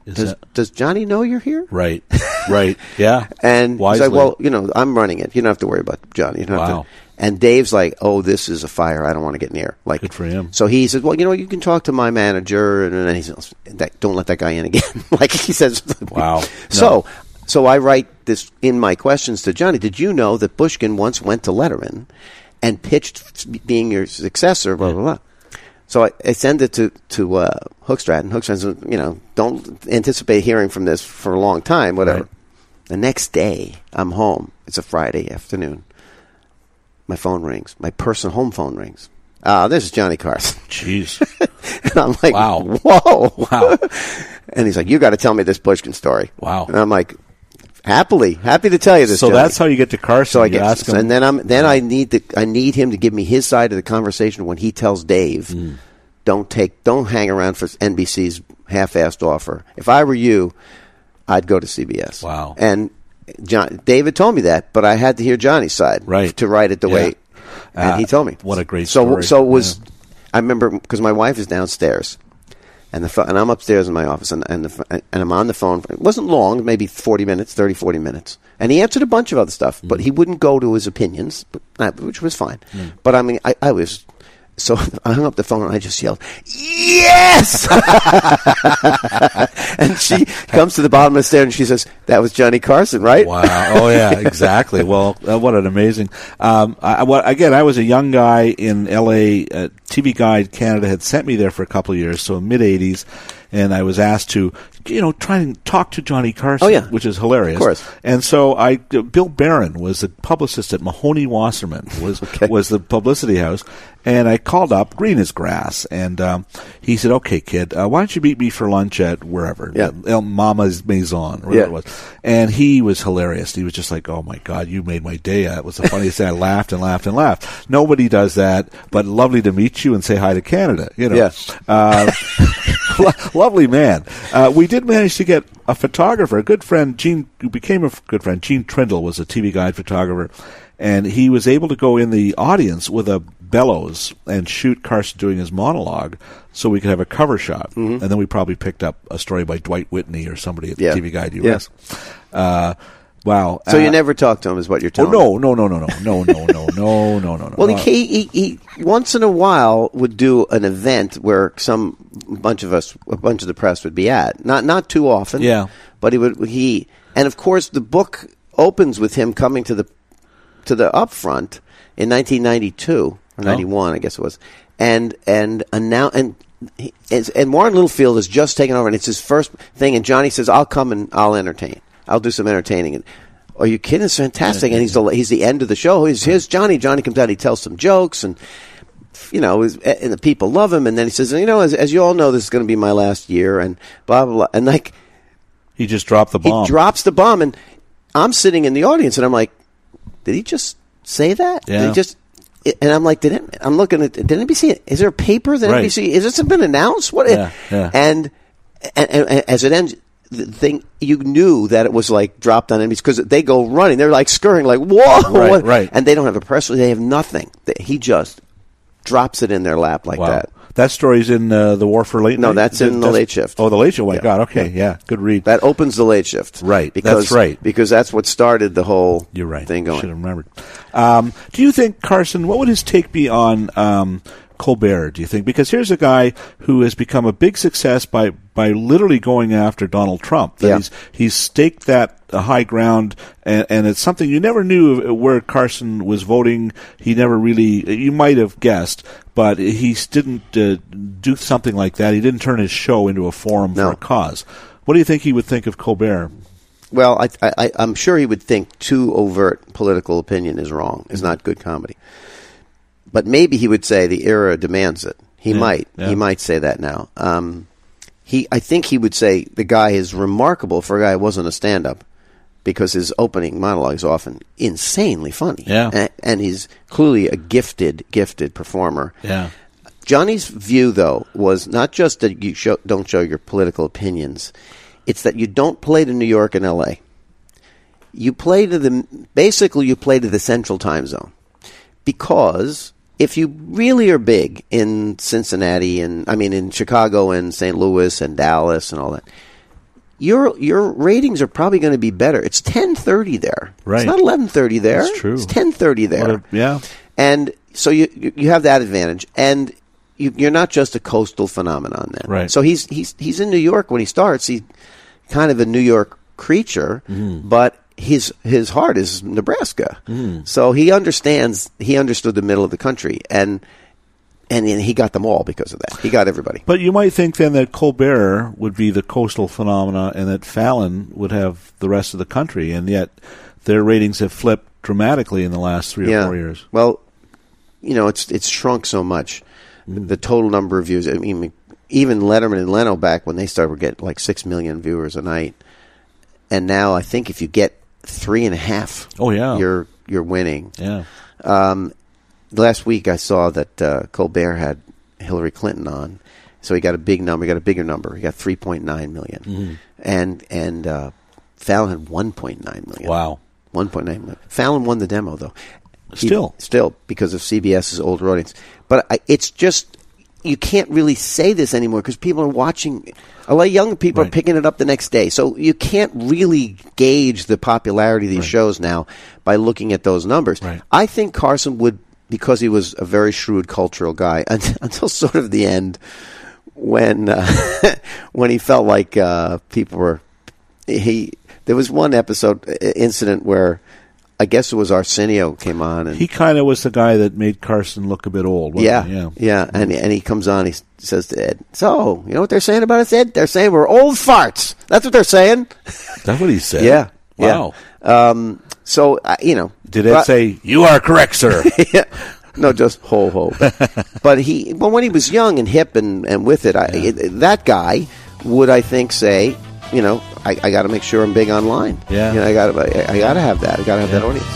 S4: Is
S3: does,
S4: that-
S3: does Johnny know you're here?
S4: right? Right. Yeah.
S3: And he's
S4: Wisely.
S3: like, well, you know, I'm running it. You don't have to worry about Johnny. You don't have to.
S4: Wow.
S3: And Dave's like, oh, this is a fire. I don't want to get near. Like,
S4: Good for him.
S3: So he says, well, you know, you can talk to my manager, and then he says, that, don't let that guy in again. like he says,
S4: Wow. No.
S3: So, so I write this in my questions to Johnny. Did you know that Bushkin once went to Letterman and pitched being your successor? Blah blah blah. So I, I send it to to uh, Hookstrat, and Hookstrat says, you know, don't anticipate hearing from this for a long time, whatever.
S4: Right.
S3: The next day, I'm home. It's a Friday afternoon. My phone rings. My personal home phone rings. Ah, this is Johnny Carson.
S4: Jeez.
S3: and I'm like,
S4: Wow.
S3: whoa,
S4: Wow.
S3: and he's like, you got to tell me this Bushkin story.
S4: Wow.
S3: And I'm like, happily, happy to tell you this.
S4: so
S3: Johnny.
S4: that's how you get to Carson.
S3: So I
S4: You
S3: get,
S4: ask him-
S3: and then I'm then I need the I need him to give me his side of the conversation when he tells Dave,
S4: Mm.
S3: don't take, don't hang around for NBC's half-assed offer. If I were you, I'd go to CBS.
S4: Wow.
S3: And John David told me that, but I had to hear Johnny's side
S4: Right.
S3: to write it the
S4: Yeah.
S3: way, and
S4: Ah,
S3: he told me
S4: what a great
S3: so
S4: story.
S3: so it was.
S4: Yeah.
S3: I remember because my wife is downstairs, and the pho- and I'm upstairs in my office, and and, the, pho- and I'm on the phone. It wasn't long, maybe 40 minutes, 30, 40 minutes. And he answered a bunch of other stuff,
S4: Mm.
S3: but he wouldn't go to his opinions, but, uh, which was fine. But I mean, I, I was so I hung up the phone and I just yelled, "Yes!" and she comes to the bottom of the stairs and she says, "That was Johnny Carson, right?"
S4: Wow. Oh yeah, exactly. well, uh, what an amazing. Um, I, I- well, again, I was a young guy in LA. Uh, TV Guide Canada had sent me there for a couple of years, so mid '80s, and I was asked to, you know, try and talk to Johnny Carson.
S3: Oh, yeah.
S4: which is hilarious.
S3: Of course.
S4: And so I, uh, Bill Barron was the publicist at Mahoney Wasserman was was the publicity house, and I called up Green as Grass, and um, he said, "Okay, kid, uh, why don't you meet me for lunch at wherever,
S3: Yeah.
S4: El Mama's Maison, or
S3: Yeah.
S4: whatever it was." And he was hilarious. He was just like, "Oh my God, you made my day!" That was the funniest thing. I laughed and laughed and laughed. Nobody does that, but lovely to meet you and say hi to Canada. You know,
S3: Yeah.
S4: uh, lo- lovely man. Uh, we did manage to get a photographer, a good friend, Gene, who became a f- good friend. Gene Trindle was a TV guide photographer, and he was able to go in the audience with a bellows and shoot Carson doing his monologue, so we could have a cover shot. And then we probably picked up a story by Dwight Whitney or somebody at
S3: Mm-hmm. Yeah.
S4: TV Guide
S3: Yeah.
S4: US. Uh, wow.
S3: So
S4: Uh,
S3: you never talked to him, is what you're
S4: Oh
S3: telling me.
S4: no no no no no no no no no no no no.
S3: Well, he, he, he, he once in a while would do an event where some bunch of us, a bunch of the press would be at. Not not too often.
S4: Yeah.
S3: But he would he and of course the book opens with him coming to the to the upfront in 1992 or 91, I guess it was, and and and now and. He, is- and Warren Littlefield has just taken over, and it's his first thing. And Johnny says, "I'll come and I'll entertain. I'll do some entertaining." And, are you kidding? It's fantastic. And he's the he's the end of the show. He's here's Johnny. Johnny comes out. He tells some jokes, and you know, is, and the people love him. And then he says, "You know, as, as you all know, this is going to be my last year." And blah blah. blah. And like
S4: he just dropped the
S3: he
S4: bomb.
S3: drops the bomb, and I'm sitting in the audience, and I'm like, "Did he just say that? Did
S4: Yeah.
S3: he just?" And I'm like, did it, I'm looking at did NBC? Is there a paper that
S4: Right.
S3: NBC? Is this been announced? What?
S4: Yeah, yeah.
S3: And, and and as it ends, the thing you knew that it was like dropped on NBC because they go running. They're like scurrying, like whoa,
S4: Right,
S3: what?"
S4: right.
S3: And they don't have a press release. They have nothing. They- He just drops it in their lap like
S4: Wow.
S3: that.
S4: That story's in uh, the War for Late
S3: No,
S4: Night?
S3: that's in The
S4: That's-
S3: Late Shift.
S4: Oh, the Late Shift. Oh, my
S3: Yeah.
S4: God. Okay, yeah. Good read.
S3: That opens the late shift,
S4: Right, that's
S3: Because
S4: right.
S3: because that's what started the whole
S4: You're right.
S3: thing going.
S4: Should have remembered. Um, do you think Carson? What would his take be on um, Colbert? Do you think? Because here's a guy who has become a big success by by literally going after Donald Trump. That
S3: Yeah.
S4: He's he's staked that uh, high ground, and, and it's something you never knew where Carson was voting. He never really. You might have guessed. But he s- didn't uh, do something like that. He didn't turn his show into a forum
S3: No.
S4: for a cause. What do you think he would think of Colbert?
S3: Well, I, I, I- I'm sure he would think too overt political opinion is wrong, is not good comedy. But maybe he would say the era demands it. He might.
S4: yeah.
S3: He might say that now. Um, he, I think he would say the guy is remarkable for a guy who wasn't a stand up because his opening monologue is often insanely funny.
S4: Yeah.
S3: And, and he's clearly a gifted, gifted performer.
S4: Yeah.
S3: Johnny's view, though, was not just that you show, don't show your political opinions; it's that you don't play to New York and L.A. You play to the basically you play to the Central Time Zone, because if you really are big in Cincinnati and I mean in Chicago and St. Louis and Dallas and all that, your your ratings are probably going to be better. It's ten thirty there.
S4: Right.
S3: It's not eleven thirty there.
S4: That's true.
S3: It's ten thirty
S4: What
S3: there.
S4: a- yeah.
S3: And so you you- you have that advantage, and you, you're not just a coastal phenomenon then.
S4: Right.
S3: So he's he's he's in New York when he starts. He's kind of a New York creature, but his his heart is Nebraska. So he understands. He understood the middle of the country, and and he got them all because of that. He got everybody.
S4: But you might think then that Colbert would be the coastal phenomena and that Fallon would have the rest of the country, and yet their ratings have flipped dramatically in the last three or four years.
S3: Well, you know, it's it's shrunk so much.
S4: Mm-hmm.
S3: The total number of views. I mean, even Letterman and Leno back when they started were getting like six million viewers a night, and now I think if you get three and a half,
S4: Oh, yeah.
S3: you're you're winning.
S4: Yeah.
S3: Last week I saw that uh, Colbert had Hillary Clinton on, so he got a big number. He got a bigger number. He got three point nine million,
S4: Mm-hmm.
S3: and and uh, Fallon had one point nine million.
S4: Wow.
S3: One point nine million. Fallon won the demo though. He-
S4: Still.
S3: still because of CBS's older audience. But I, it's just you can't really say this anymore because people are watching. A lot of young people are
S4: Right.
S3: picking it up the next day, so you can't really gauge the popularity of these shows now by looking at those numbers.
S4: Right.
S3: I think Carson would, because he was a very shrewd cultural guy, until, until sort of the end when uh, when he felt like uh, people were he. There was one episode uh, incident where I guess it was Arsenio came on and
S4: He kind of was the guy that made Carson look a bit old. wasn't
S3: yeah,
S4: he?
S3: yeah, And and he comes on. He s- says to Ed, "So you know what they're saying about us, Ed? They're saying we're old farts. That's what they're saying."
S4: That's what he said.
S3: Yeah,
S4: Wow.
S3: Yeah. Um, so uh, you know,
S4: Did it
S3: but-
S4: say, You are correct, sir?
S3: yeah. No, just ho ho. but he, well, when he was young and hip and, and with it, I, it, that guy would, I think, say, you know, I, I got to make sure I'm big online.
S4: Yeah.
S3: you know, I got to, I, I got to have that. I got to have that audience.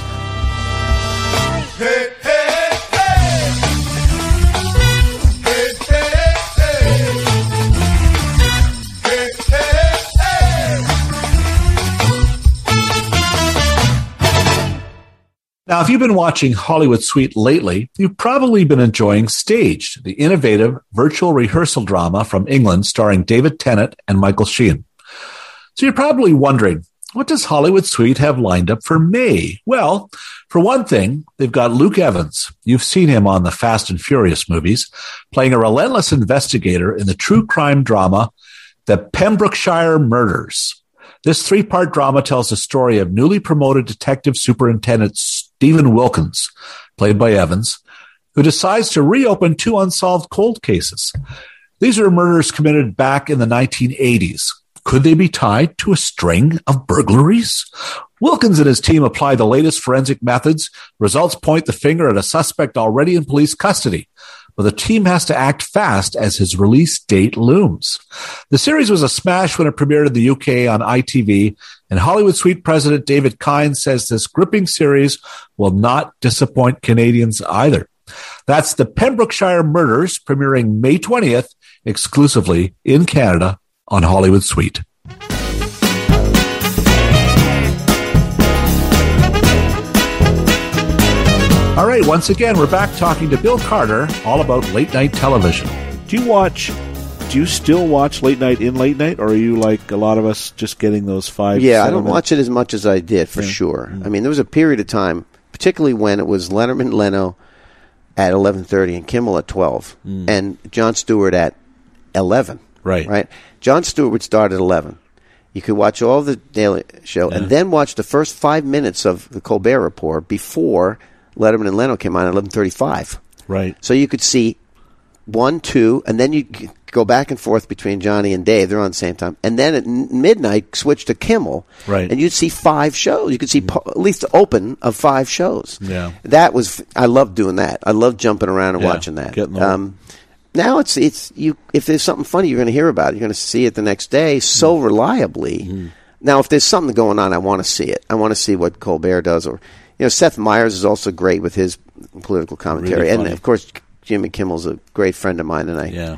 S1: Now, if you've been watching Hollywood Suite lately, you've probably been enjoying Staged, the innovative virtual rehearsal drama from England starring David Tennant and Michael Sheen. So you're probably wondering, what does Hollywood Suite have lined up for May? Well, for one thing, they've got Luke Evans. You've seen him on the Fast and Furious movies, playing a relentless investigator in the true crime drama, The Pembrokeshire Murders. This three part drama tells the story of newly promoted Detective Superintendent Stephen Wilkins, played by Evans, who decides to reopen two unsolved cold cases. These are murders committed back in the 1980s. Could they be tied to a string of burglaries? Wilkins and his team apply the latest forensic methods. Results point the finger at a suspect already in police custody, but the team has to act fast as his release date looms. The series was a smash when it premiered in the UK on ITV, and Hollywood Suite president David Kine says this gripping series will not disappoint Canadians either. That's the Pembrokeshire Murders, premiering May 20th, exclusively in Canada on Hollywood Suite. All right, once again, we're back talking to Bill Carter all about late night television.
S4: Do you watch? Do you still watch late night in late night, or are you like a lot of us just getting those five?
S3: Yeah, I
S4: seven Mm-hmm.
S3: don't
S4: minute-
S3: watch it as much as I did for sure. I mean, there was a period of time, particularly when it was Letterman, Leno at eleven thirty, and Kimmel at twelve, and John Stewart at eleven.
S4: Mm. Right.
S3: right. John Stewart would start at eleven. You could watch all the Daily Show and then watch the first five minutes of the Colbert Report before Letterman and Leno came on at eleven thirty-five.
S4: Right.
S3: So you could see one, two, and then you g- go back and forth between Johnny and Dave. They're on the same time. And then at n- midnight, switch to Kimmel.
S4: Right. Mm-hmm.
S3: And you'd see five shows. You could see po- at least the open of five shows.
S4: Yeah.
S3: That was, f- I loved doing that. I loved jumping around and
S4: Yeah,
S3: watching that.
S4: getting the-
S3: um, now it's, it's, you, if there's something funny, you're going to hear about it. You're going to see it the next day so
S4: Mm-hmm.
S3: reliably. Now, if there's something going on, I want to see it. I want to see what Colbert does or, you know, Seth Meyers is also great with his political commentary.
S4: Really
S3: and
S4: funny.
S3: of course, Jimmy Kimmel's a great friend of mine, and I
S4: Yeah.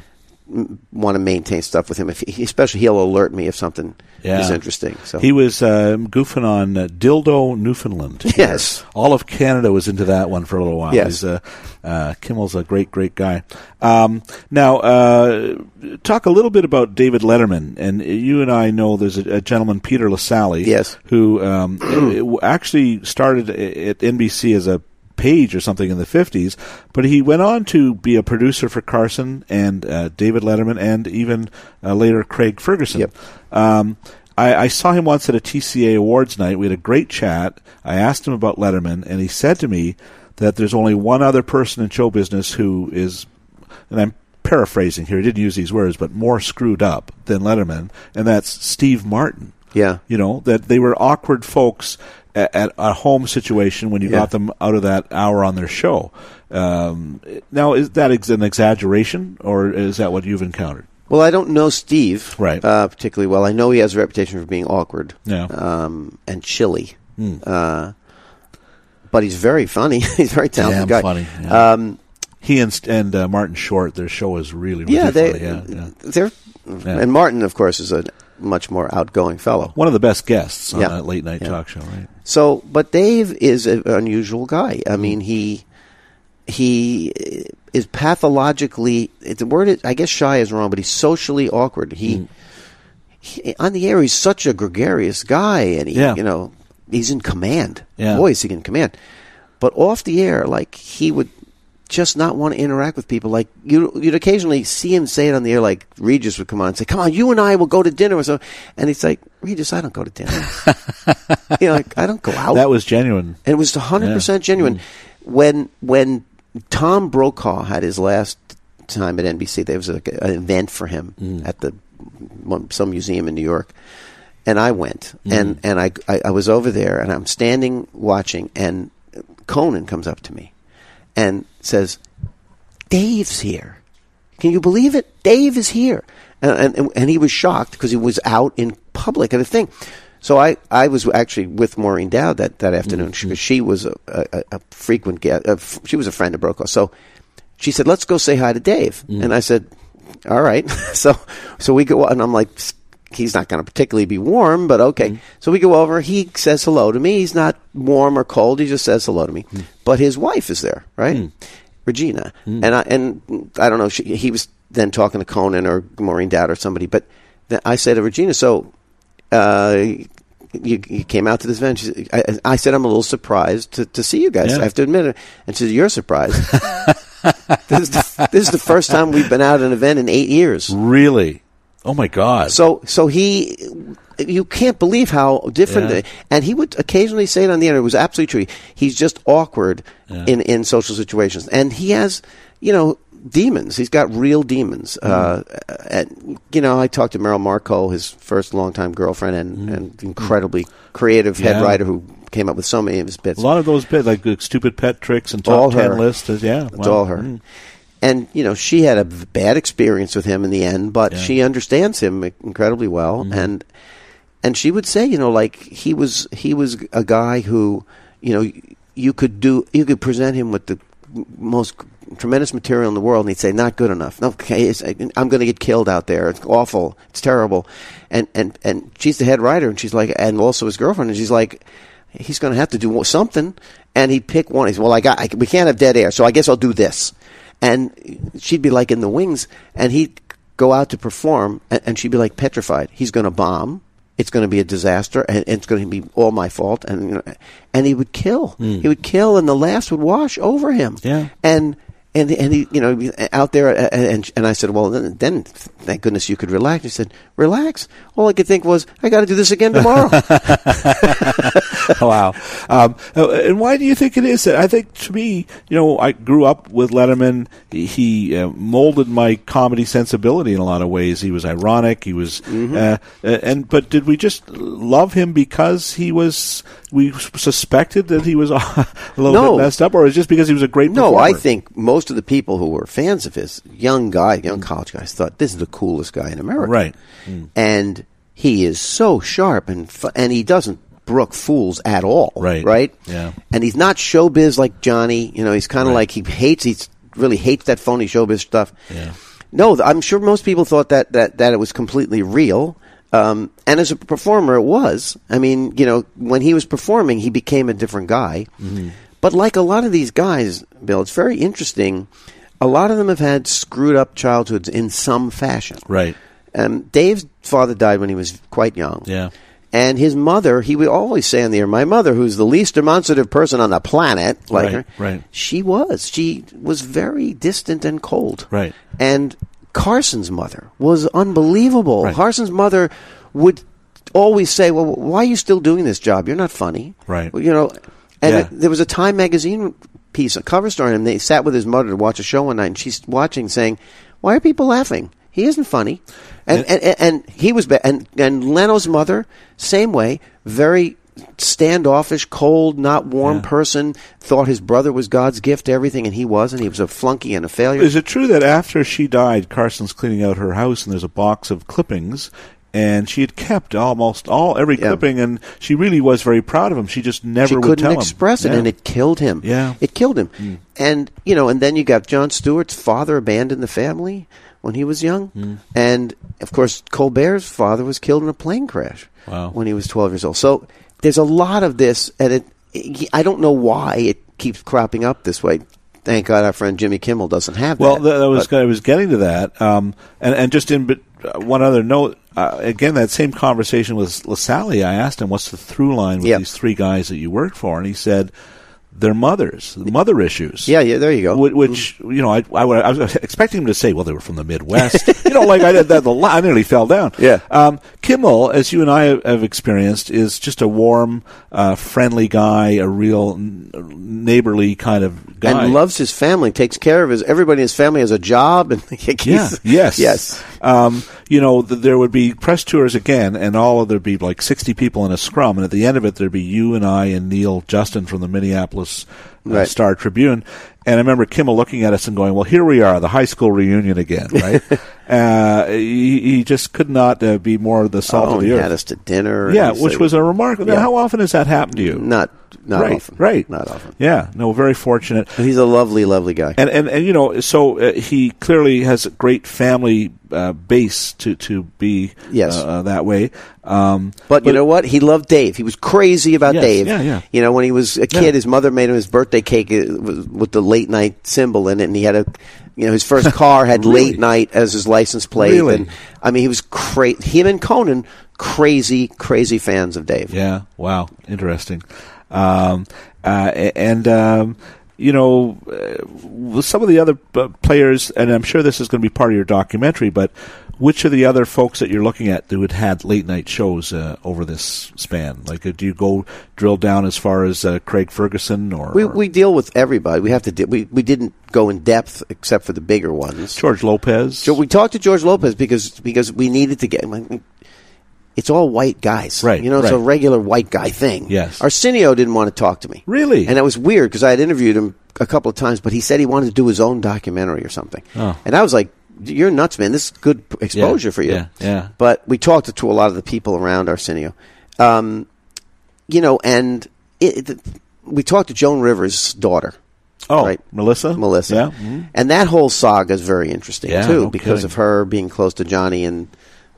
S3: want to maintain stuff with him. If he, especially he'll alert me if something
S4: Yeah.
S3: is interesting. So
S4: He was um, goofing on uh, Dildo Newfoundland. here.
S3: Yes.
S4: All of Canada was into that one for a little while.
S3: Yes.
S4: He's, uh, uh, Kimmel's a great, great guy. Um, now, uh, talk a little bit about David Letterman. And you and I know there's a, a gentleman, Peter LaSalle,
S3: Yes.
S4: who um, uh, actually started a- at NBC as a page or something in the 50s, but he went on to be a producer for Carson and uh, David Letterman and even uh, later Craig Ferguson.
S3: Yep.
S4: Um, I, I saw him once at a TCA awards night. We had a great chat. I asked him about Letterman, and he said to me that there's only one other person in show business who is, and I'm paraphrasing here. He didn't use these words, but more screwed up than Letterman, and that's Steve Martin.
S3: Yeah.
S4: you know that they were awkward folks at, at a home situation when you
S3: Yeah.
S4: got them out of that hour on their show. Um, now, is that ex- an exaggeration, or is that what you've encountered?
S3: Well, I don't know Steve
S4: Right.
S3: uh, particularly well. I know he has a reputation for being awkward,
S4: Yeah. Hmm.
S3: um, and chilly. Uh, but he's very funny. he's a very talented guy. Um,
S4: Yeah. he and St- and uh, Martin Short, their show is really really
S3: Yeah, they uh,
S4: funny. Yeah, yeah.
S3: they're and Martin, of course, is a much more outgoing fellow.
S4: One of the best guests on
S3: Yeah.
S4: that late night
S3: Yeah.
S4: talk show, right?
S3: So, but Dave is an unusual guy.
S4: Mm-hmm.
S3: I mean, he he is pathologically the word is, I guess shy is wrong, but he's socially awkward. He,
S4: Mm-hmm.
S3: he on the air he's such a gregarious guy, and he
S4: Yeah.
S3: you know he's in command.
S4: Yeah.
S3: Boy, is he in command. But off the air, like he would just not want to interact with people. Like you, you'd occasionally see him say it on the air. Like Regis would come on and say, "Come on, you and I will go to dinner," or something. And he's like, "Regis, I don't go to dinner. you know, like, I don't go out."
S4: That was genuine.
S3: And it was 100% genuine. When when Tom Brokaw had his last time at NBC, there was like an event for him at the one- some museum in New York. And I went, and, and I, I, I was over there, and I'm standing watching, and Conan comes up to me and says, Dave's here. Can you believe it? Dave is here. And, and, and he was shocked because he was out in public at a thing. So I, I was actually with Maureen Dowd that, that afternoon because she was a, a, a frequent guest. A, f- she was a friend of Brokaw. So she said, let's go say hi to Dave. And I said, all right. so, so we go, and I'm like, he's not going to particularly be warm, but okay. So we go over. He says hello to me. He's not warm or cold. He just says hello to me. But his wife is there, right? Regina. And I and I don't know. She, he was then talking to Conan or Maureen Dowd or somebody. But then I said to Regina, so uh, you, you came out to this event. She said- I, I said I'm a little surprised to, to see you guys.
S4: Yeah.
S3: I have to admit it. And she said, you're surprised. this, is the, this is the first time we've been out at an event in eight years.
S4: Really? Oh my God!
S3: So so he, you can't believe how different.
S4: Yeah.
S3: it- and he would occasionally say it on the air. It was absolutely true. He's just awkward in in social situations, and he has, you know. Demons. He's got real demons.
S4: Mm-hmm.
S3: Uh, and you know, I talked to Meryl Marco, his first longtime girlfriend, and, and incredibly creative head
S4: Mm-hmm. Yeah.
S3: writer who came up with so many of his bits.
S4: a lot of those bit like the stupid pet tricks and top
S3: All
S4: ten
S3: her.
S4: lists. is- Yeah,
S3: It's
S4: wow.
S3: all her.
S4: Mm.
S3: And you know, she had a v- bad experience with him in the end, but
S4: Yeah. Mm-hmm.
S3: she understands him incredibly well, and and she would say, you know, like he was he was a guy who, you know, you could do you could present him with the most tremendous material in the world, and he'd say, not good enough. No, okay, it's, I'm going to get killed out there. It's awful. It's terrible. And and and she's the head writer, and she's like, and also his girlfriend, and she's like, he's going to have to do something. And he'd pick one. He's well, I got. I, we can't have dead air, so I guess I'll do this. And she'd be like in the wings, and he'd go out to perform, and, and she'd be like petrified. He's going to bomb. It's going to be a disaster, and, and it's going to be all my fault. And you know, and he would kill. He would kill, and the laughs would wash over him.
S4: Yeah.
S3: And and and he, you know, out there, uh, and and I said, well, then, then thank goodness you could relax. He said, relax. All I could think was, I got to do this again tomorrow.
S4: wow. Um, uh, and why do you think it is that? I think to me, you know, I grew up with Letterman. He- He uh, molded my comedy sensibility in a lot of ways. He was ironic. He was,
S3: Mm-hmm.
S4: uh, uh, and but did we just love him because he was? We suspected that he was a little
S3: No.
S4: bit messed up, or is it just because he was a great?
S3: No, I
S4: performer?
S3: think most of the people who were fans of his, young guy, young college guys, thought this is the coolest guy in America.
S4: Mm. Right.
S3: And he is so sharp and fu- and he doesn't brook fools at all.
S4: Right.
S3: Right.
S4: Yeah.
S3: And he's not showbiz like Johnny. You know, he's kind of like he hates. He's really hates that phony showbiz stuff.
S4: Yeah.
S3: No, th- I'm sure most people thought that that that it was completely real. Um, and as a performer, it was. I mean, you know, when he was performing, he became a different guy.
S4: Mm-hmm.
S3: But like a lot of these guys, Bill, it's very interesting. A lot of them have had screwed up childhoods in some fashion.
S4: Right.
S3: Um, Dave's father died when he was quite young.
S4: Yeah.
S3: And his mother, he would always say on the air, my mother, who's the least demonstrative person on the planet, like
S4: Right,
S3: her,
S4: right.
S3: she was. She was very distant and cold.
S4: Right.
S3: And Carson's mother was unbelievable.
S4: Right.
S3: Carson's mother would always say, well, why are you still doing this job? You're not funny.
S4: Right.
S3: Well, You know, and
S4: Yeah.
S3: it- there was a Time magazine piece, a cover story, and they sat with his mother to watch a show one night, and she's watching, saying, "Why are people laughing? He isn't funny." And and, and, and he was, ba- and and Leno's mother, same way, very standoffish, cold, not warm person. Thought his brother was God's gift to everything, and he wasn't. He was a flunky and a failure.
S4: Is it true that after she died, Carson's cleaning out her house and there's a box of clippings? And she had kept almost all every
S3: Yeah.
S4: clipping, and she really was very proud of him. She just never
S3: she
S4: would
S3: couldn't
S4: tell him.
S3: express it,
S4: Yeah.
S3: and it killed him.
S4: Yeah. Hmm.
S3: it killed him. And you know, and then you got John Stewart's father abandoned the family when he was young,
S4: Hmm.
S3: and of course Colbert's father was killed in a plane crash
S4: Wow.
S3: when he was twelve years old. So there's a lot of this, and it. I don't know why it keeps cropping up this way. Thank God our friend Jimmy Kimmel doesn't have
S4: Well,
S3: that.
S4: that, that was
S3: uh, but-
S4: I was getting to that, um, and and just in but uh, one other note, uh, again that same conversation with Lasalle, I asked him what's the through line with
S3: Yeah.
S4: these three guys that you work for, and he said their mothers, mother issues.
S3: Yeah, yeah, there you go.
S4: Whi- Which, you know, I, I, would- I was expecting him to say, well, they were from the Midwest. you know, like I did that, the li- I nearly fell down.
S3: Yeah.
S4: Um, Kimmel, as you and I have- have experienced, is just a warm, uh, friendly guy, a real n- neighborly kind of guy.
S3: and loves his family, takes care of his everybody in his family has a job, and he's-
S4: Yeah. Yes.
S3: yes.
S4: Um, you know, th- there would be press tours again, and all of there'd be like sixty people in a scrum, and at the end of it, there'd be you and I and Neil Justin from the Minneapolis uh,
S3: Right.
S4: Star Tribune. And I remember Kimmel looking at us and going, "Well, here we are, the high school reunion again, right?" uh, he, he just could not uh, be more the salt
S3: Oh,
S4: of
S3: he
S4: the
S3: had
S4: earth.
S3: us to dinner. and
S4: Yeah,
S3: he
S4: which
S3: said-
S4: was a remarkable.
S3: Yeah.
S4: How often has that happened to you?
S3: Not not
S4: right,
S3: often.
S4: Right.
S3: Not often.
S4: Yeah. No. Very fortunate.
S3: But he's a lovely, lovely guy.
S4: And, and and you know, so uh, he clearly has a great family uh, base to to be
S3: Yes.
S4: uh, that way. Um,
S3: but you know what? He loved Dave. He was crazy about
S4: Yes,
S3: Dave.
S4: yeah, yeah.
S3: You know, when he was a kid,
S4: Yeah.
S3: his mother made him his birthday cake uh, with with the late night symbol in it, and he had a, you know, his first car had late night as his license plate.
S4: Really?
S3: And I mean, he was crazy. Him and Conan, crazy, crazy fans of Dave.
S4: yeah, wow, interesting. Um, uh, a- and um, you know, uh, with some of the other uh, players, and I'm sure this is going to be part of your documentary, but. Which of the other folks that you're looking at who had had late night shows uh, over this span? Like, uh, do you go drill down as far as uh, Craig Ferguson or
S3: We, we deal with everybody. We have to. De- we we didn't go in depth except for the bigger ones.
S4: George Lopez?
S3: So we talked to George Lopez because because we needed to get. like, It's all white guys,
S4: Right,
S3: You know, it's a
S4: right.
S3: regular white guy thing.
S4: Yes.
S3: Arsenio didn't want to talk to me,
S4: Really?
S3: and it was weird because I had interviewed him a couple of times, but he said he wanted to do his own documentary or something.
S4: Oh.
S3: And I was like, "You're nuts, man! This is good p- exposure for you."
S4: yeah, yeah.
S3: But we talked to a lot of the people around Arsenio, um, you know, and it, it, we talked to Joan Rivers' daughter.
S4: Oh,
S3: right.
S4: Melissa.
S3: Melissa.
S4: Yeah. Mhm.
S3: And that whole saga is very interesting
S4: Yeah,
S3: too,
S4: no
S3: because
S4: kidding.
S3: of her being close to Johnny and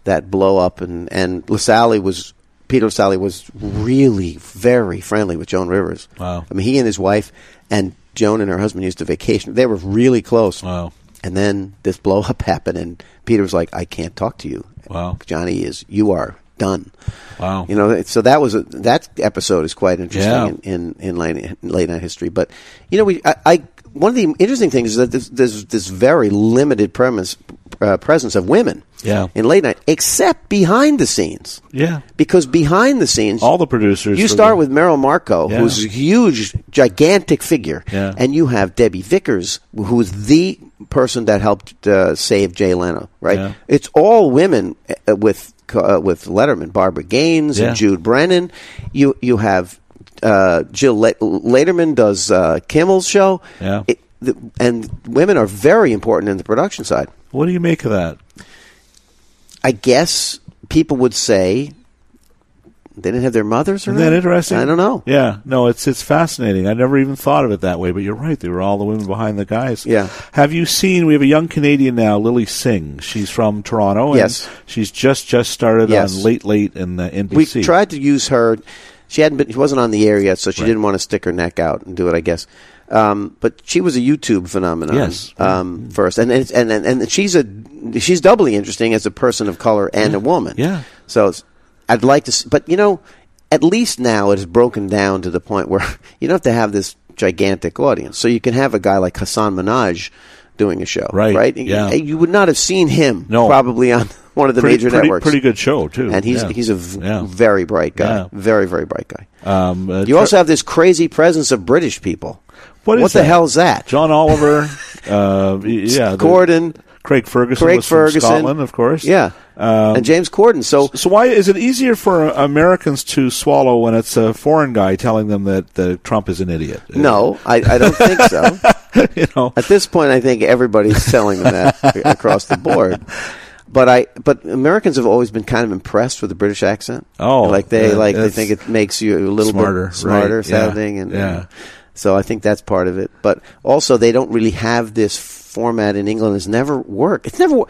S3: that blow up and and Lasalle was Peter Lasalle was really very friendly with Joan Rivers.
S4: Wow.
S3: I mean, he and his wife and Joan and her husband used to vacation. They were really close.
S4: Wow.
S3: And then this blow up happened, and Peter was like, "I can't talk to you."
S4: Wow.
S3: Johnny is you are done.
S4: Wow.
S3: You know, so that was a, that episode is quite interesting
S4: Yeah.
S3: in, in, in late, late night history. But you know, we I, I one of the interesting things is that there's, there's this very limited premise uh, presence of women
S4: Yeah.
S3: in late night, except behind the scenes.
S4: Yeah.
S3: because behind the scenes,
S4: All the producers
S3: You
S4: for
S3: start
S4: the-
S3: with Meryl Marco,
S4: Yeah.
S3: who's a huge, gigantic figure,
S4: Yeah.
S3: and you have Debbie Vickers, who's the person that helped uh, save Jay Leno. Right?
S4: Yeah.
S3: It's all women uh, with uh, with Letterman, Barbara Gaines
S4: Yeah.
S3: and Jude Brennan. You you have uh, Jill Le- Lederman does uh, Kimmel's show.
S4: Yeah.
S3: It, the, and women are very important in the production side.
S4: What do you make of that?
S3: I guess people would say They didn't have their mothers around.
S4: Isn't that interesting?
S3: I don't know.
S4: Yeah, no, it's it's fascinating. I never even thought of it that way, but you're right. They were all the women behind the guys.
S3: Yeah.
S4: Have you seen? We have a young Canadian now, Lily Singh. She's from Toronto. and
S3: Yes.
S4: She's just just started
S3: Yes.
S4: on late late in the NBC.
S3: we tried to use her. She hadn't been. She wasn't on the air yet, so she didn't want to stick her neck out and do it. I guess. Um, but she was a YouTube phenomenon
S4: Yes. Mm-hmm.
S3: um, first, and, and and and she's a she's doubly interesting as a person of color and a woman.
S4: Yeah.
S3: So it's, I'd like to, s- but you know, at least now it is broken down to the point where you don't have to have this gigantic audience. So you can have a guy like Hassan Minaj doing a show,
S4: Right,
S3: Right?
S4: yeah.
S3: You, you would not have seen him
S4: No.
S3: probably on one of the
S4: pretty,
S3: major
S4: pretty,
S3: networks
S4: Pretty good show too.
S3: and he's
S4: Yeah.
S3: he's a v-
S4: Yeah.
S3: very bright guy,
S4: Yeah.
S3: very very bright guy.
S4: Um, uh,
S3: You also have this crazy presence of British people.
S4: What is
S3: the
S4: that?
S3: hell's that?
S4: John Oliver, uh, yeah, the-
S3: Gordon,
S4: Craig Ferguson,
S3: Craig
S4: was from
S3: Ferguson,
S4: Scotland, of course.
S3: yeah,
S4: Um,
S3: and James Corden. So
S4: So why is it easier for Americans to swallow when it's a foreign guy telling them that uh, Trump is an idiot?
S3: no, I, I don't think so.
S4: you know.
S3: At this point, I think everybody's telling them that across the board. But I, but Americans have always been kind of impressed with the British accent.
S4: Oh,
S3: like they
S4: yeah,
S3: like they
S4: that's
S3: think it makes you a little
S4: smarter, right,
S3: bit smarter
S4: yeah,
S3: sounding, and
S4: yeah.
S3: so I think that's part of it. But also, they don't really have this format in England. It's never worked. It's never, wor-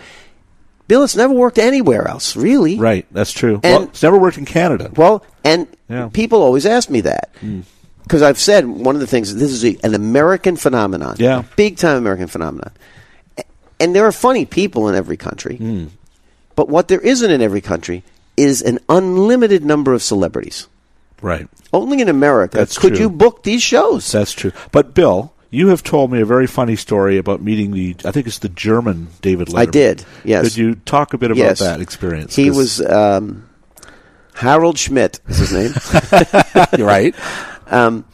S3: Bill. It's never worked anywhere else, really.
S4: Right, that's true.
S3: And-
S4: well, it's never worked in Canada.
S3: Well, and
S4: Yeah. Hmm.
S3: people always ask me that because I've said one of the things. This is a, an American phenomenon.
S4: Yeah.
S3: big time American phenomenon. A- And there are funny people in every country,
S4: Hmm.
S3: but what there isn't in every country is an unlimited number of celebrities.
S4: Right,
S3: Only in America
S4: That's
S3: could
S4: true.
S3: you book these shows.
S4: that's true. But Bill, you have told me a very funny story about meeting the. I think it's the German David. Letterman.
S3: I did, yes.
S4: Could you talk a bit about
S3: Yes.
S4: that experience?
S3: He was
S4: 'Cause-
S3: um, Harold Schmidt is his name.
S4: You're right.
S3: um,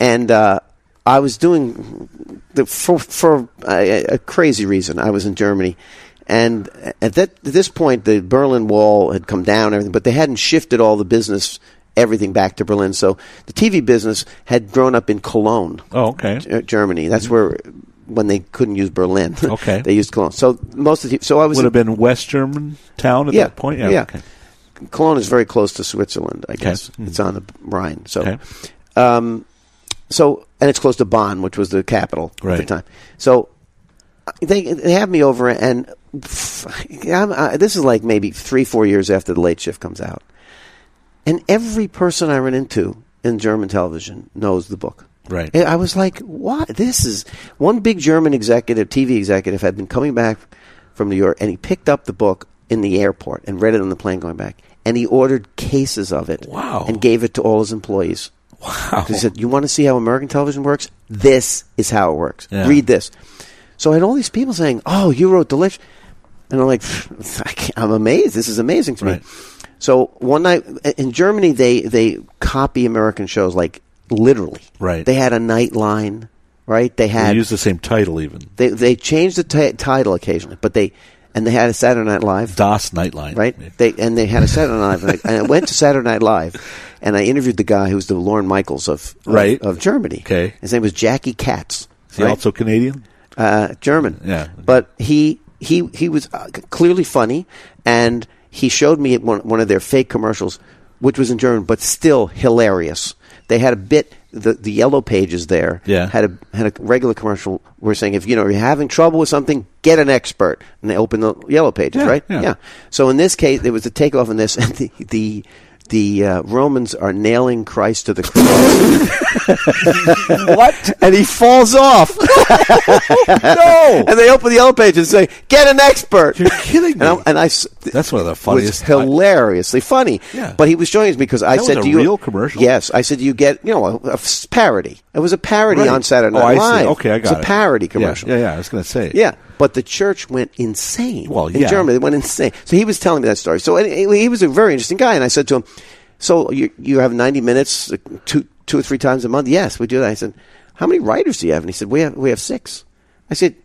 S3: and uh, I was doing the, for for a, a crazy reason. I was in Germany, and at that at this point, the Berlin Wall had come down, and everything, but they hadn't shifted all the business, everything back to Berlin. So the TV business had grown up in Cologne.
S4: Oh, okay.
S3: G- Germany. That's where when they couldn't use Berlin.
S4: Okay.
S3: they used Cologne. So most of the so I was
S4: Would
S3: in-
S4: have been West German town at
S3: Yeah,
S4: that point. Yeah.
S3: yeah.
S4: Okay.
S3: Cologne is very close to Switzerland, I guess. It's on the Rhine. So,
S4: Mm. Okay.
S3: um, so and it's close to Bonn, which was the capital at the
S4: Right.
S3: time. So I- they, they have me over, and pff, I'm, I, this is like maybe three, four years after the late shift comes out, and every person I run into in German television knows the book.
S4: Right.
S3: And I was like, "What? This is one big German executive, TV executive, had been coming back from New York, and he picked up the book in the airport and read it on the plane going back, and he ordered cases of it.
S4: Wow.
S3: And gave it to all his employees. Wow.
S4: Oh.
S3: He said, "You want to see how American television works? This is how it works.
S4: Yeah.
S3: Read this." So I had all these people saying, "Oh, you wrote the list," and I'm like, I can't- "I'm amazed. This is amazing to
S4: Right.
S3: me." So one night in Germany, they they copy American shows like literally.
S4: Right.
S3: They had a night line. Right. They
S4: They
S3: had
S4: use the same title even.
S3: they they changed the ti title occasionally, but they and they had a Saturday Night Live
S4: Das Nightline.
S3: right?
S4: Yeah.
S3: They and they had a Saturday Night Live, and I went to Saturday Night Live, and I interviewed the guy who was the Lauren Michaels of of,
S4: Right.
S3: of Germany.
S4: Okay.
S3: his name was Jackie Katz.
S4: Is he also Canadian?
S3: uh, German.
S4: Yeah.
S3: but he he he was uh, c- clearly funny, and he showed me one one of their fake commercials, which was in German, but still hilarious. They had a bit. The, the yellow pages there
S4: Yeah.
S3: had a had a regular commercial where saying if you know you're having trouble with something get an expert and they open the yellow pages
S4: Yeah,
S3: right
S4: yeah.
S3: so in this case, there was a takeoff in this, and the the, the uh, Romans are nailing Christ to the cross. what? And he falls off. no. And they open the yellow page and say, "Get an expert."
S4: You're kidding
S3: And, I'm-
S4: me.
S3: and I s-
S4: That's one of the
S3: was
S4: funniest.
S3: hilariously funny.
S4: Yeah.
S3: But he was showing us because I
S4: That was
S3: said,
S4: a
S3: "Do you
S4: real commercial?
S3: Yes, I said, "Do you get you know a, a s- parody?" It was a parody
S4: Right.
S3: on Saturday Night
S4: oh, I see.
S3: Live.
S4: Okay, I got
S3: It's a parody
S4: Yeah,
S3: commercial.
S4: Yeah, yeah. I was going to say.
S3: Yeah, but the church went insane.
S4: Well,
S3: in
S4: yeah.
S3: Germany, they went insane. So he was telling me that story. So anyway, he was a very interesting guy, and I said to him, "So you you have ninety minutes, uh, two two or three times a month? Yes, we do that." I said, "How many writers do you have?" And he said, "We have we have six. I said,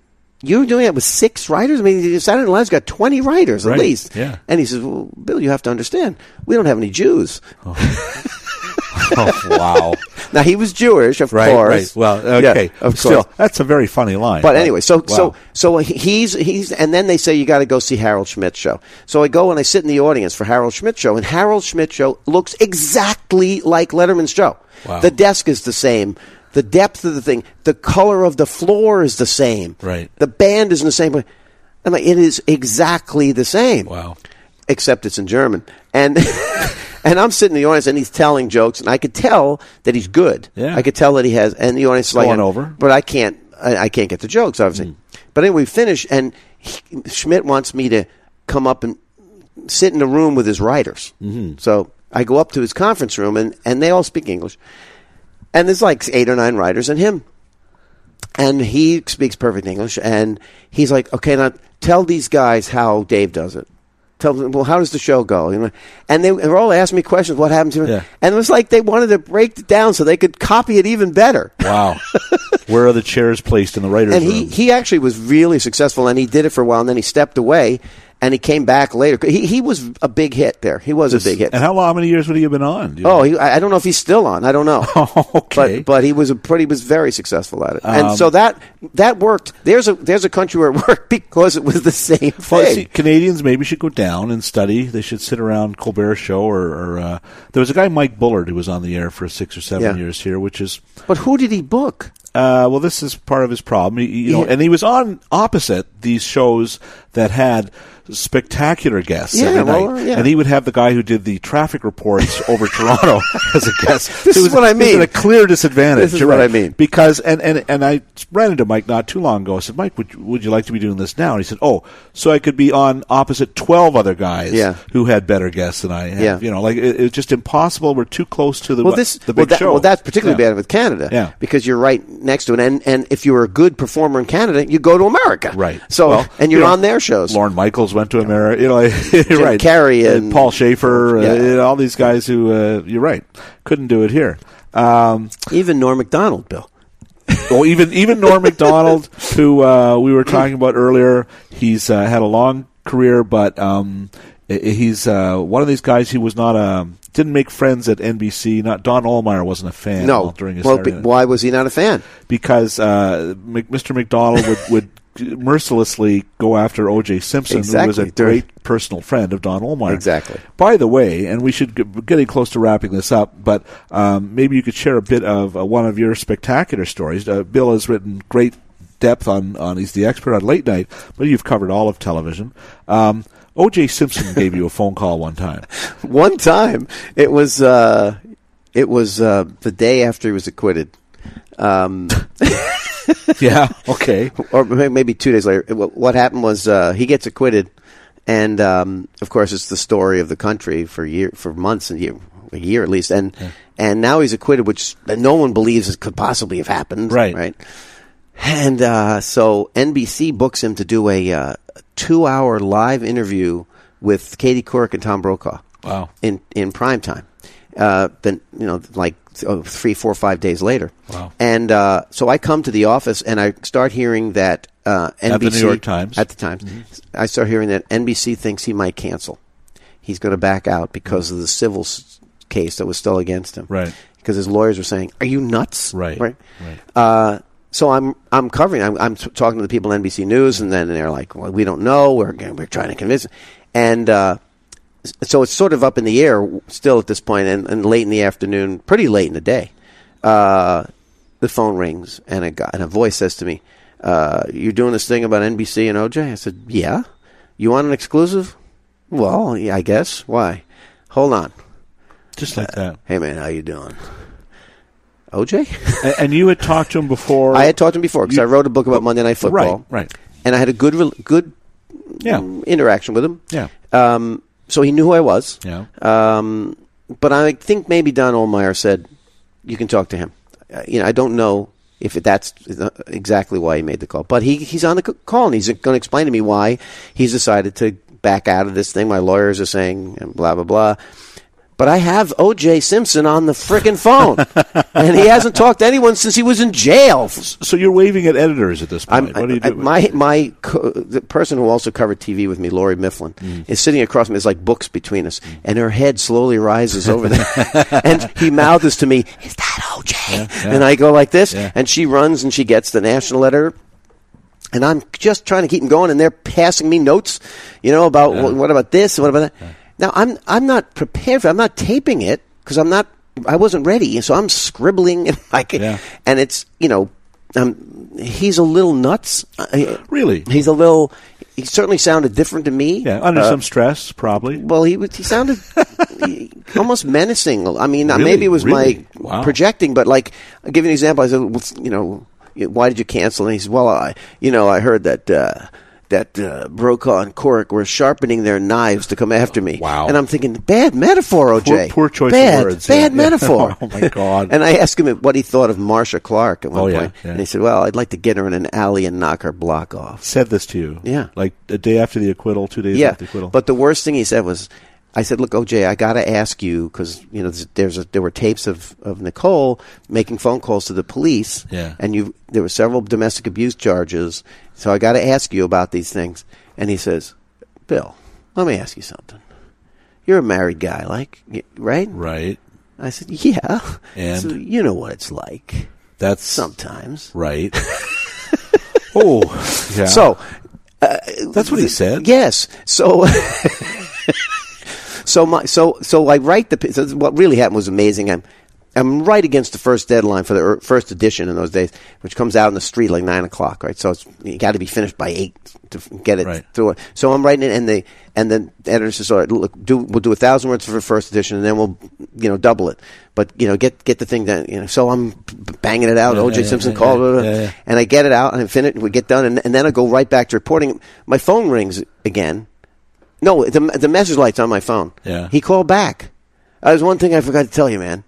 S3: "You're doing that with six writers? I mean, Saturday Night Live's got twenty writers
S4: Right,
S3: at least."
S4: yeah.
S3: And he says, "Well, Bill, you have to understand, we don't have any Jews."
S4: oh, wow.
S3: Now he was Jewish, of
S4: Right,
S3: course.
S4: right. Well,
S3: Yeah,
S4: okay.
S3: of course.
S4: Still, that's a very funny line.
S3: But anyway, so
S4: Oh, Wow.
S3: so so he's he's and then they say you got to go see Harold Schmidt show. So I go and I sit in the audience for Harold Schmidt show, and Harold Schmidt show looks exactly like Letterman's show.
S4: Wow.
S3: The desk is the same. The depth of the thing, the color of the floor is the same.
S4: Right.
S3: The band is in the same. I mean, it is exactly the same
S4: Wow.
S3: except it's in German. And and I'm sitting in the audience, and he's telling jokes, and I could tell that he's good.
S4: Yeah.
S3: I could tell that he has, and the audience is like,
S4: Going over. Mm.
S3: but I can't, I, I can't get the jokes, obviously. But anyway, we finish, and he, Schmidt wants me to come up and sit in a room with his writers. Mm-hmm. So I go up to his conference room, and and they all speak English, and there's like eight or nine writers and him and he speaks perfect English, and he's like, "Okay, now tell these guys how Dave does it. Tell them, well, how does the show go?" You know, and they were all asking me questions, "What happened to it?"
S4: Yeah.
S3: And it was like they wanted to break it down so they could copy it even better.
S4: Wow. Where are the chairs placed in the writer's
S3: And
S4: room?
S3: he, he actually was really successful, and he did it for a while, and then he stepped away, and he came back later. He he was a big hit there. He was a big hit.
S4: And how long? How many years would he have been on? Do you
S3: Oh,
S4: know?
S3: he, I I don't know if he's still on. I don't know.
S4: Okay.
S3: But but he was a pretty was very successful at it, and so that that worked. There's a there's a country where it worked because it was the same
S4: Well,
S3: thing.
S4: see, Canadians maybe should go down and study. They should sit around Colbert's show, or, or uh, there was a guy Mike Bullard who was on the air for six or seven
S3: Yeah.
S4: years here, which is
S3: But who did he book?
S4: uh, well, this is part of his problem. He- you know,
S3: Yeah.
S4: and he was on opposite these shows that had spectacular guests
S3: Yeah,
S4: every
S3: well,
S4: night,
S3: uh, yeah.
S4: and he would have the guy who did the traffic reports over Toronto as a guest.
S3: This
S4: It
S3: is
S4: was-
S3: what I
S4: it was
S3: mean.
S4: at a clear disadvantage.
S3: This is
S4: You're
S3: what
S4: right.
S3: I mean.
S4: because and, and and I ran into Mike not too long ago. I said, Mike, would you, would you like to be doing this now? And he said, Oh, so I could be on opposite twelve other guys
S3: Yeah.
S4: who had better guests than I. Have.
S3: Yeah.
S4: you know, like it, it's just impossible. We're too close to the
S3: Well,
S4: what-
S3: this
S4: the big
S3: well, that,
S4: show.
S3: well that's particularly
S4: Yeah.
S3: bad with Canada,
S4: Yeah.
S3: because you're right next to it, and and if you're a good performer in Canada, you go to America,
S4: Right.
S3: So
S4: Well,
S3: and you're
S4: you know,
S3: on their shows.
S4: Lauren Michaels went to America. You know, you're right.
S3: Carrey
S4: Uh,
S3: and-
S4: Paul Schaefer, uh,
S3: Yeah.
S4: you know, all these guys who uh, you're right couldn't do it here. Um,
S3: Even Norm Macdonald, Bill.
S4: well, even even Norm Macdonald, who uh, we were talking about earlier, he's uh, had a long career, but um, i- he's uh, one of these guys who was not um didn't make friends at NBC. Not Don Allmeyer wasn't a fan.
S3: No,
S4: during his
S3: well,
S4: Saturday
S3: be-
S4: Night
S3: why was he not a fan?
S4: because uh, Mc- Mr. McDonald would, would mercilessly go after O.J. Simpson, who was a
S3: Exactly. During-
S4: great personal friend of Don Olmeyer.
S3: Exactly.
S4: By the way, and we should g- we're getting close to wrapping this up, but um, maybe you could share a bit of uh, one of your spectacular stories. Uh, Bill has written great depth on, on he's the expert on late night, but you've covered all of television. Um, O.J. Simpson gave you a phone call one time.
S3: One time, it was uh, it was uh, the day after he was acquitted. Um,
S4: Yeah. Okay.
S3: or may- maybe two days later. Wh- What happened was uh, he gets acquitted, and um, of course it's the story of the country for year for months and year, a year at least. And and now he's acquitted, which no one believes it could possibly have happened.
S4: Right.
S3: Right. And uh, so NBC books him to do a uh, two-hour live interview with Katie Couric and Tom Brokaw.
S4: Wow.
S3: In in prime time, uh, then you know like oh, three, four, five days later.
S4: Wow.
S3: And uh, so I come to the office and I start hearing that uh, NBC
S4: At the New York Times. Mm-hmm.
S3: at the Times. I start hearing that NBC thinks he might cancel. He's going to back out because of the civil s- case that was still against him.
S4: Mm-hmm. Right.
S3: Because his lawyers were saying, "Are you nuts?"
S4: Right.
S3: Right.
S4: Right.
S3: Uh, so I'm I'm covering. I'm, I'm t- talking to the people at NBC News, and then they're like, "Well, we don't know. We're we're trying to convince." And uh, s- so it's sort of up in the air still at this point, and, and late in the afternoon, pretty late in the day, uh, the phone rings, and a guy, and a voice says to me, uh, "You're doing this thing about NBC and OJ?" I said, "Yeah." You want an exclusive? Well, yeah, I guess. Why? Hold on.
S4: Just like that.
S3: Hey man, how you doing? OJ?
S4: And, and you had talked to him before.
S3: I had talked to him before because
S4: You-
S3: I wrote a book about Monday Night Football.
S4: Right. Right.
S3: and I had a good rel good
S4: Yeah.
S3: mm, interaction with him.
S4: Yeah.
S3: Um, so he knew who I was.
S4: Yeah.
S3: Um, but I think maybe Don Olmeyer said, "You can talk to him." Uh, you know, I don't know if that's the- exactly why he made the call, but he he's on the c- call and he's going to explain to me why he's decided to back out of this thing. My lawyers are saying and blah blah blah. But But I have O.J. Simpson on the frickin' phone, and he hasn't talked to anyone since he was in jail.
S4: So you're waving at editors at this point. what do you
S3: I-
S4: do?
S3: my my co- the person who also covered TV with me, Lori Mifflin,
S4: Mm.
S3: is sitting across from me. It's like books between us, and her head slowly rises over there. and he mouths to me, "Is that OJ?" And I go like this,
S4: Yeah.
S3: and she runs and she gets the national editor. And I'm just trying to keep them going, and they're passing me notes, you know, about wh- what about this, what about that. Now I'm I'm not prepared for. I'm not taping it because I'm not. I wasn't ready, so I'm scribbling and like,
S4: Yeah.
S3: and it's you know, um, he's a little nuts. I-
S4: Really?
S3: he's a little. He certainly sounded different to me.
S4: yeah, under
S3: Uh,
S4: some stress, probably.
S3: Well, he was- he sounded almost menacing. I mean, uh,
S4: Really?
S3: maybe it was
S4: Really?
S3: my
S4: Wow.
S3: projecting, but like, I'll give you an example. I said, well, you know, why did you cancel? And he said, well, I, you know, I heard that. Uh, that uh, Brokaw and Cork were sharpening their knives to come after me.
S4: Wow.
S3: And I'm thinking, bad metaphor, OJ.
S4: poor choice of
S3: bad,
S4: words, yeah.
S3: Bad
S4: Yeah.
S3: metaphor.
S4: Oh, my God.
S3: and I asked him what he thought of Marsha Clark at one
S4: Oh, yeah,
S3: point.
S4: yeah.
S3: And he said, well, I'd like to get her in an alley and knock her block off.
S4: said this to you.
S3: Yeah.
S4: Like a day after the acquittal, two days
S3: Yeah,
S4: after the acquittal.
S3: but the worst thing he said was, "I said, look, OJ, I got to ask you because you know there's, there's a, there were tapes of, of Nicole making phone calls to the police,
S4: Yeah.
S3: and you there were several domestic abuse charges, so I got to ask you about these things." And he says, "Bill, let me ask you something. You're a married guy, like y- right?"
S4: right.
S3: I said, "Yeah."
S4: And?
S3: so you know what it's like
S4: That's
S3: sometimes.
S4: right. oh, yeah.
S3: So
S4: that's what he said.
S3: Yes. So. so my so so I write the. So what really happened was amazing. I'm I'm right against the first deadline for the er, first edition in those days, which comes out in the street like nine o'clock. Right. So it's you got to be finished by eight to f- get it
S4: Right.
S3: through it. So I'm writing it, and the and then the editor says, "All right, look, do we'll do a thousand words for the first edition, and then we'll you know double it." But you know, get get the thing done. You know, so I'm b- banging it out. O.J.
S4: yeah,
S3: Simpson
S4: yeah,
S3: called,
S4: yeah,
S3: blah, blah,
S4: yeah, yeah.
S3: and I get it out and I finish. We get done, and, and then I go right back to reporting. My phone rings again. No, the the message light's on my phone.
S4: Yeah.
S3: he called back. Uh, There's one thing I forgot to tell you, man.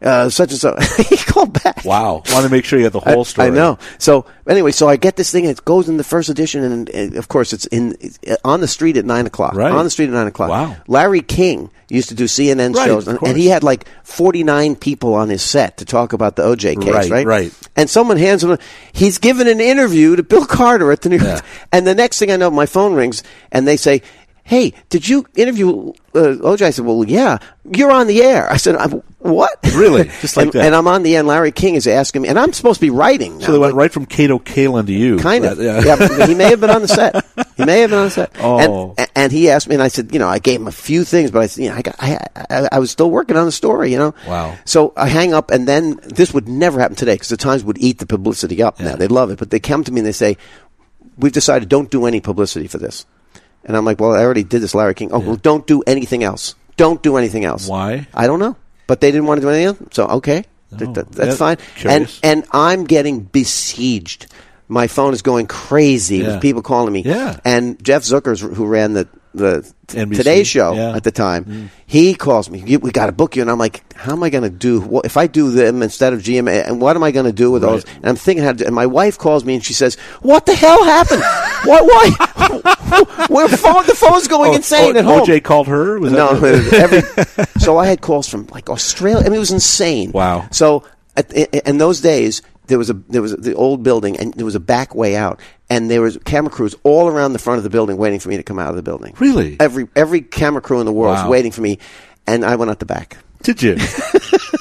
S3: Uh, such and so. he called back.
S4: Wow. Want to make sure you have the
S3: I-
S4: whole story.
S3: I know. So anyway, so I get this thing. and It goes in the first edition, and, uh, of course, it's in it's, uh, on the street at nine o'clock.
S4: Right.
S3: on the street at nine o'clock.
S4: Wow.
S3: Larry King used to do CNN
S4: Right,
S3: shows,
S4: of
S3: and,
S4: course.
S3: and he had like forty nine people on his set to talk about the OJ case.
S4: Right,
S3: Right,
S4: right.
S3: And someone hands him. a- He's given an interview to Bill Carter at the New York.
S4: Yeah.
S3: And the next thing I know, my phone rings, and they say. Hey, did you interview uh, OJ? I said, "Well, yeah, you're on the air." I said, I, "What?
S4: Really? Just like
S3: and,
S4: that.
S3: And I'm on the end. Larry King is asking me, and I'm supposed to be writing. now.
S4: So they went right from Cato Kalin to you.
S3: Kind of.
S4: That-
S3: yeah. but he may have been on the set. He may have been on the set.
S4: Oh.
S3: And, and he asked me, and I said, you know, I gave him a few things, but I said, you know, I, got, I, I, I was still working on the story, you know.
S4: Wow.
S3: So I hang up, and then this would never happen today because the Times would eat the publicity up now. They love it, but they come to me and they say, we've decided don't do any publicity for this. And I'm like, well, I already did this, Larry King. Oh, well, don't do anything else. Don't do anything else.
S4: Why?
S3: I don't know. But they didn't want to do anything else, so okay. Th- th- that's
S4: Oh. Yeah,
S3: fine.
S4: curious.
S3: And and I'm getting besieged. My phone is going crazy
S4: Yeah.
S3: with people calling me.
S4: Yeah.
S3: And Jeff Zucker's who ran the the t-
S4: NBC,
S3: Today Show
S4: yeah. Mm.
S3: at the time, he calls me. "You- We got to book you, and I'm like, how am I going to do? What, if I do them instead of GMA, and what am I going to do with all
S4: Right.
S3: those? And I'm thinking how to. And my wife calls me, and she says, "What the hell happened? why? Why? We're phone. The phone's going insane
S4: oh,
S3: at home."
S4: OJ called her. Was
S3: No,
S4: That
S3: every, so I had calls from like Australia. I mean, it was insane.
S4: Wow.
S3: So, at, i- in those days, there was a there was the old building, and there was a back way out, and there was camera crews all around the front of the building waiting for me to come out of the building.
S4: Really?
S3: Every every camera crew in the world
S4: Wow.
S3: was waiting for me, and I went out the back
S4: Did you?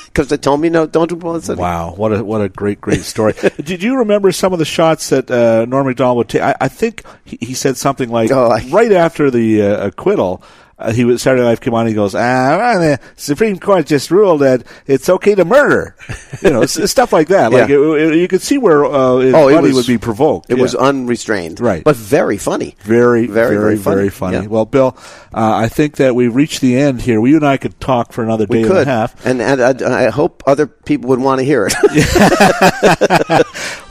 S3: because they told me no, don't do publicity.
S4: Wow, what a what a great great story. Did you remember some of the shots that uh, Norm Macdonald would take? I, I think he, he said something like
S3: Oh, I-
S4: right after the uh, acquittal. Uh, he was Saturday Night Live came on. and He goes, ah, well, the Supreme Court just ruled that it's okay to murder, you know, s- stuff like that. Like
S3: Yeah.
S4: it, it- you could see where uh, his
S3: Oh, it
S4: buddy
S3: was-
S4: would be provoked.
S3: It
S4: Yeah.
S3: was unrestrained,
S4: Right.
S3: But very funny.
S4: Very, very, very, funny.
S3: Yeah.
S4: Well, Bill, uh, I think that we've reached the end here. We, you and I could talk for another day
S3: we
S4: and a
S3: could,
S4: half.
S3: and, and I, I hope other people would want to hear it.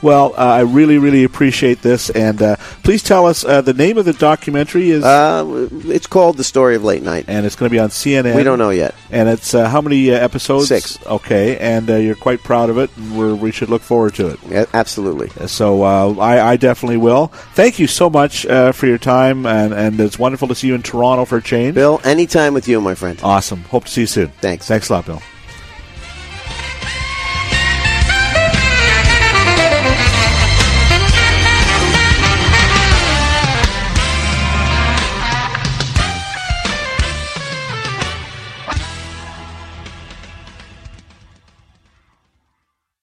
S4: Well, uh, I really, really appreciate this. And uh, please tell us uh, the name of the documentary is,
S3: Uh, it's called The Story of Late Night.
S4: and it's going to be on CNN.
S3: We don't know yet.
S4: And it's uh, how many uh, episodes?
S3: Six.
S4: Okay, and uh, you're quite proud of it, and we're, we should look forward to it.
S3: A- Absolutely.
S4: So uh, I, I definitely will. Thank you so much uh, for your time, and, and it's wonderful to see you in Toronto for a change.
S3: Bill, anytime with you, my friend.
S4: Awesome. Hope to see you soon.
S3: Thanks.
S4: Thanks a lot, Bill.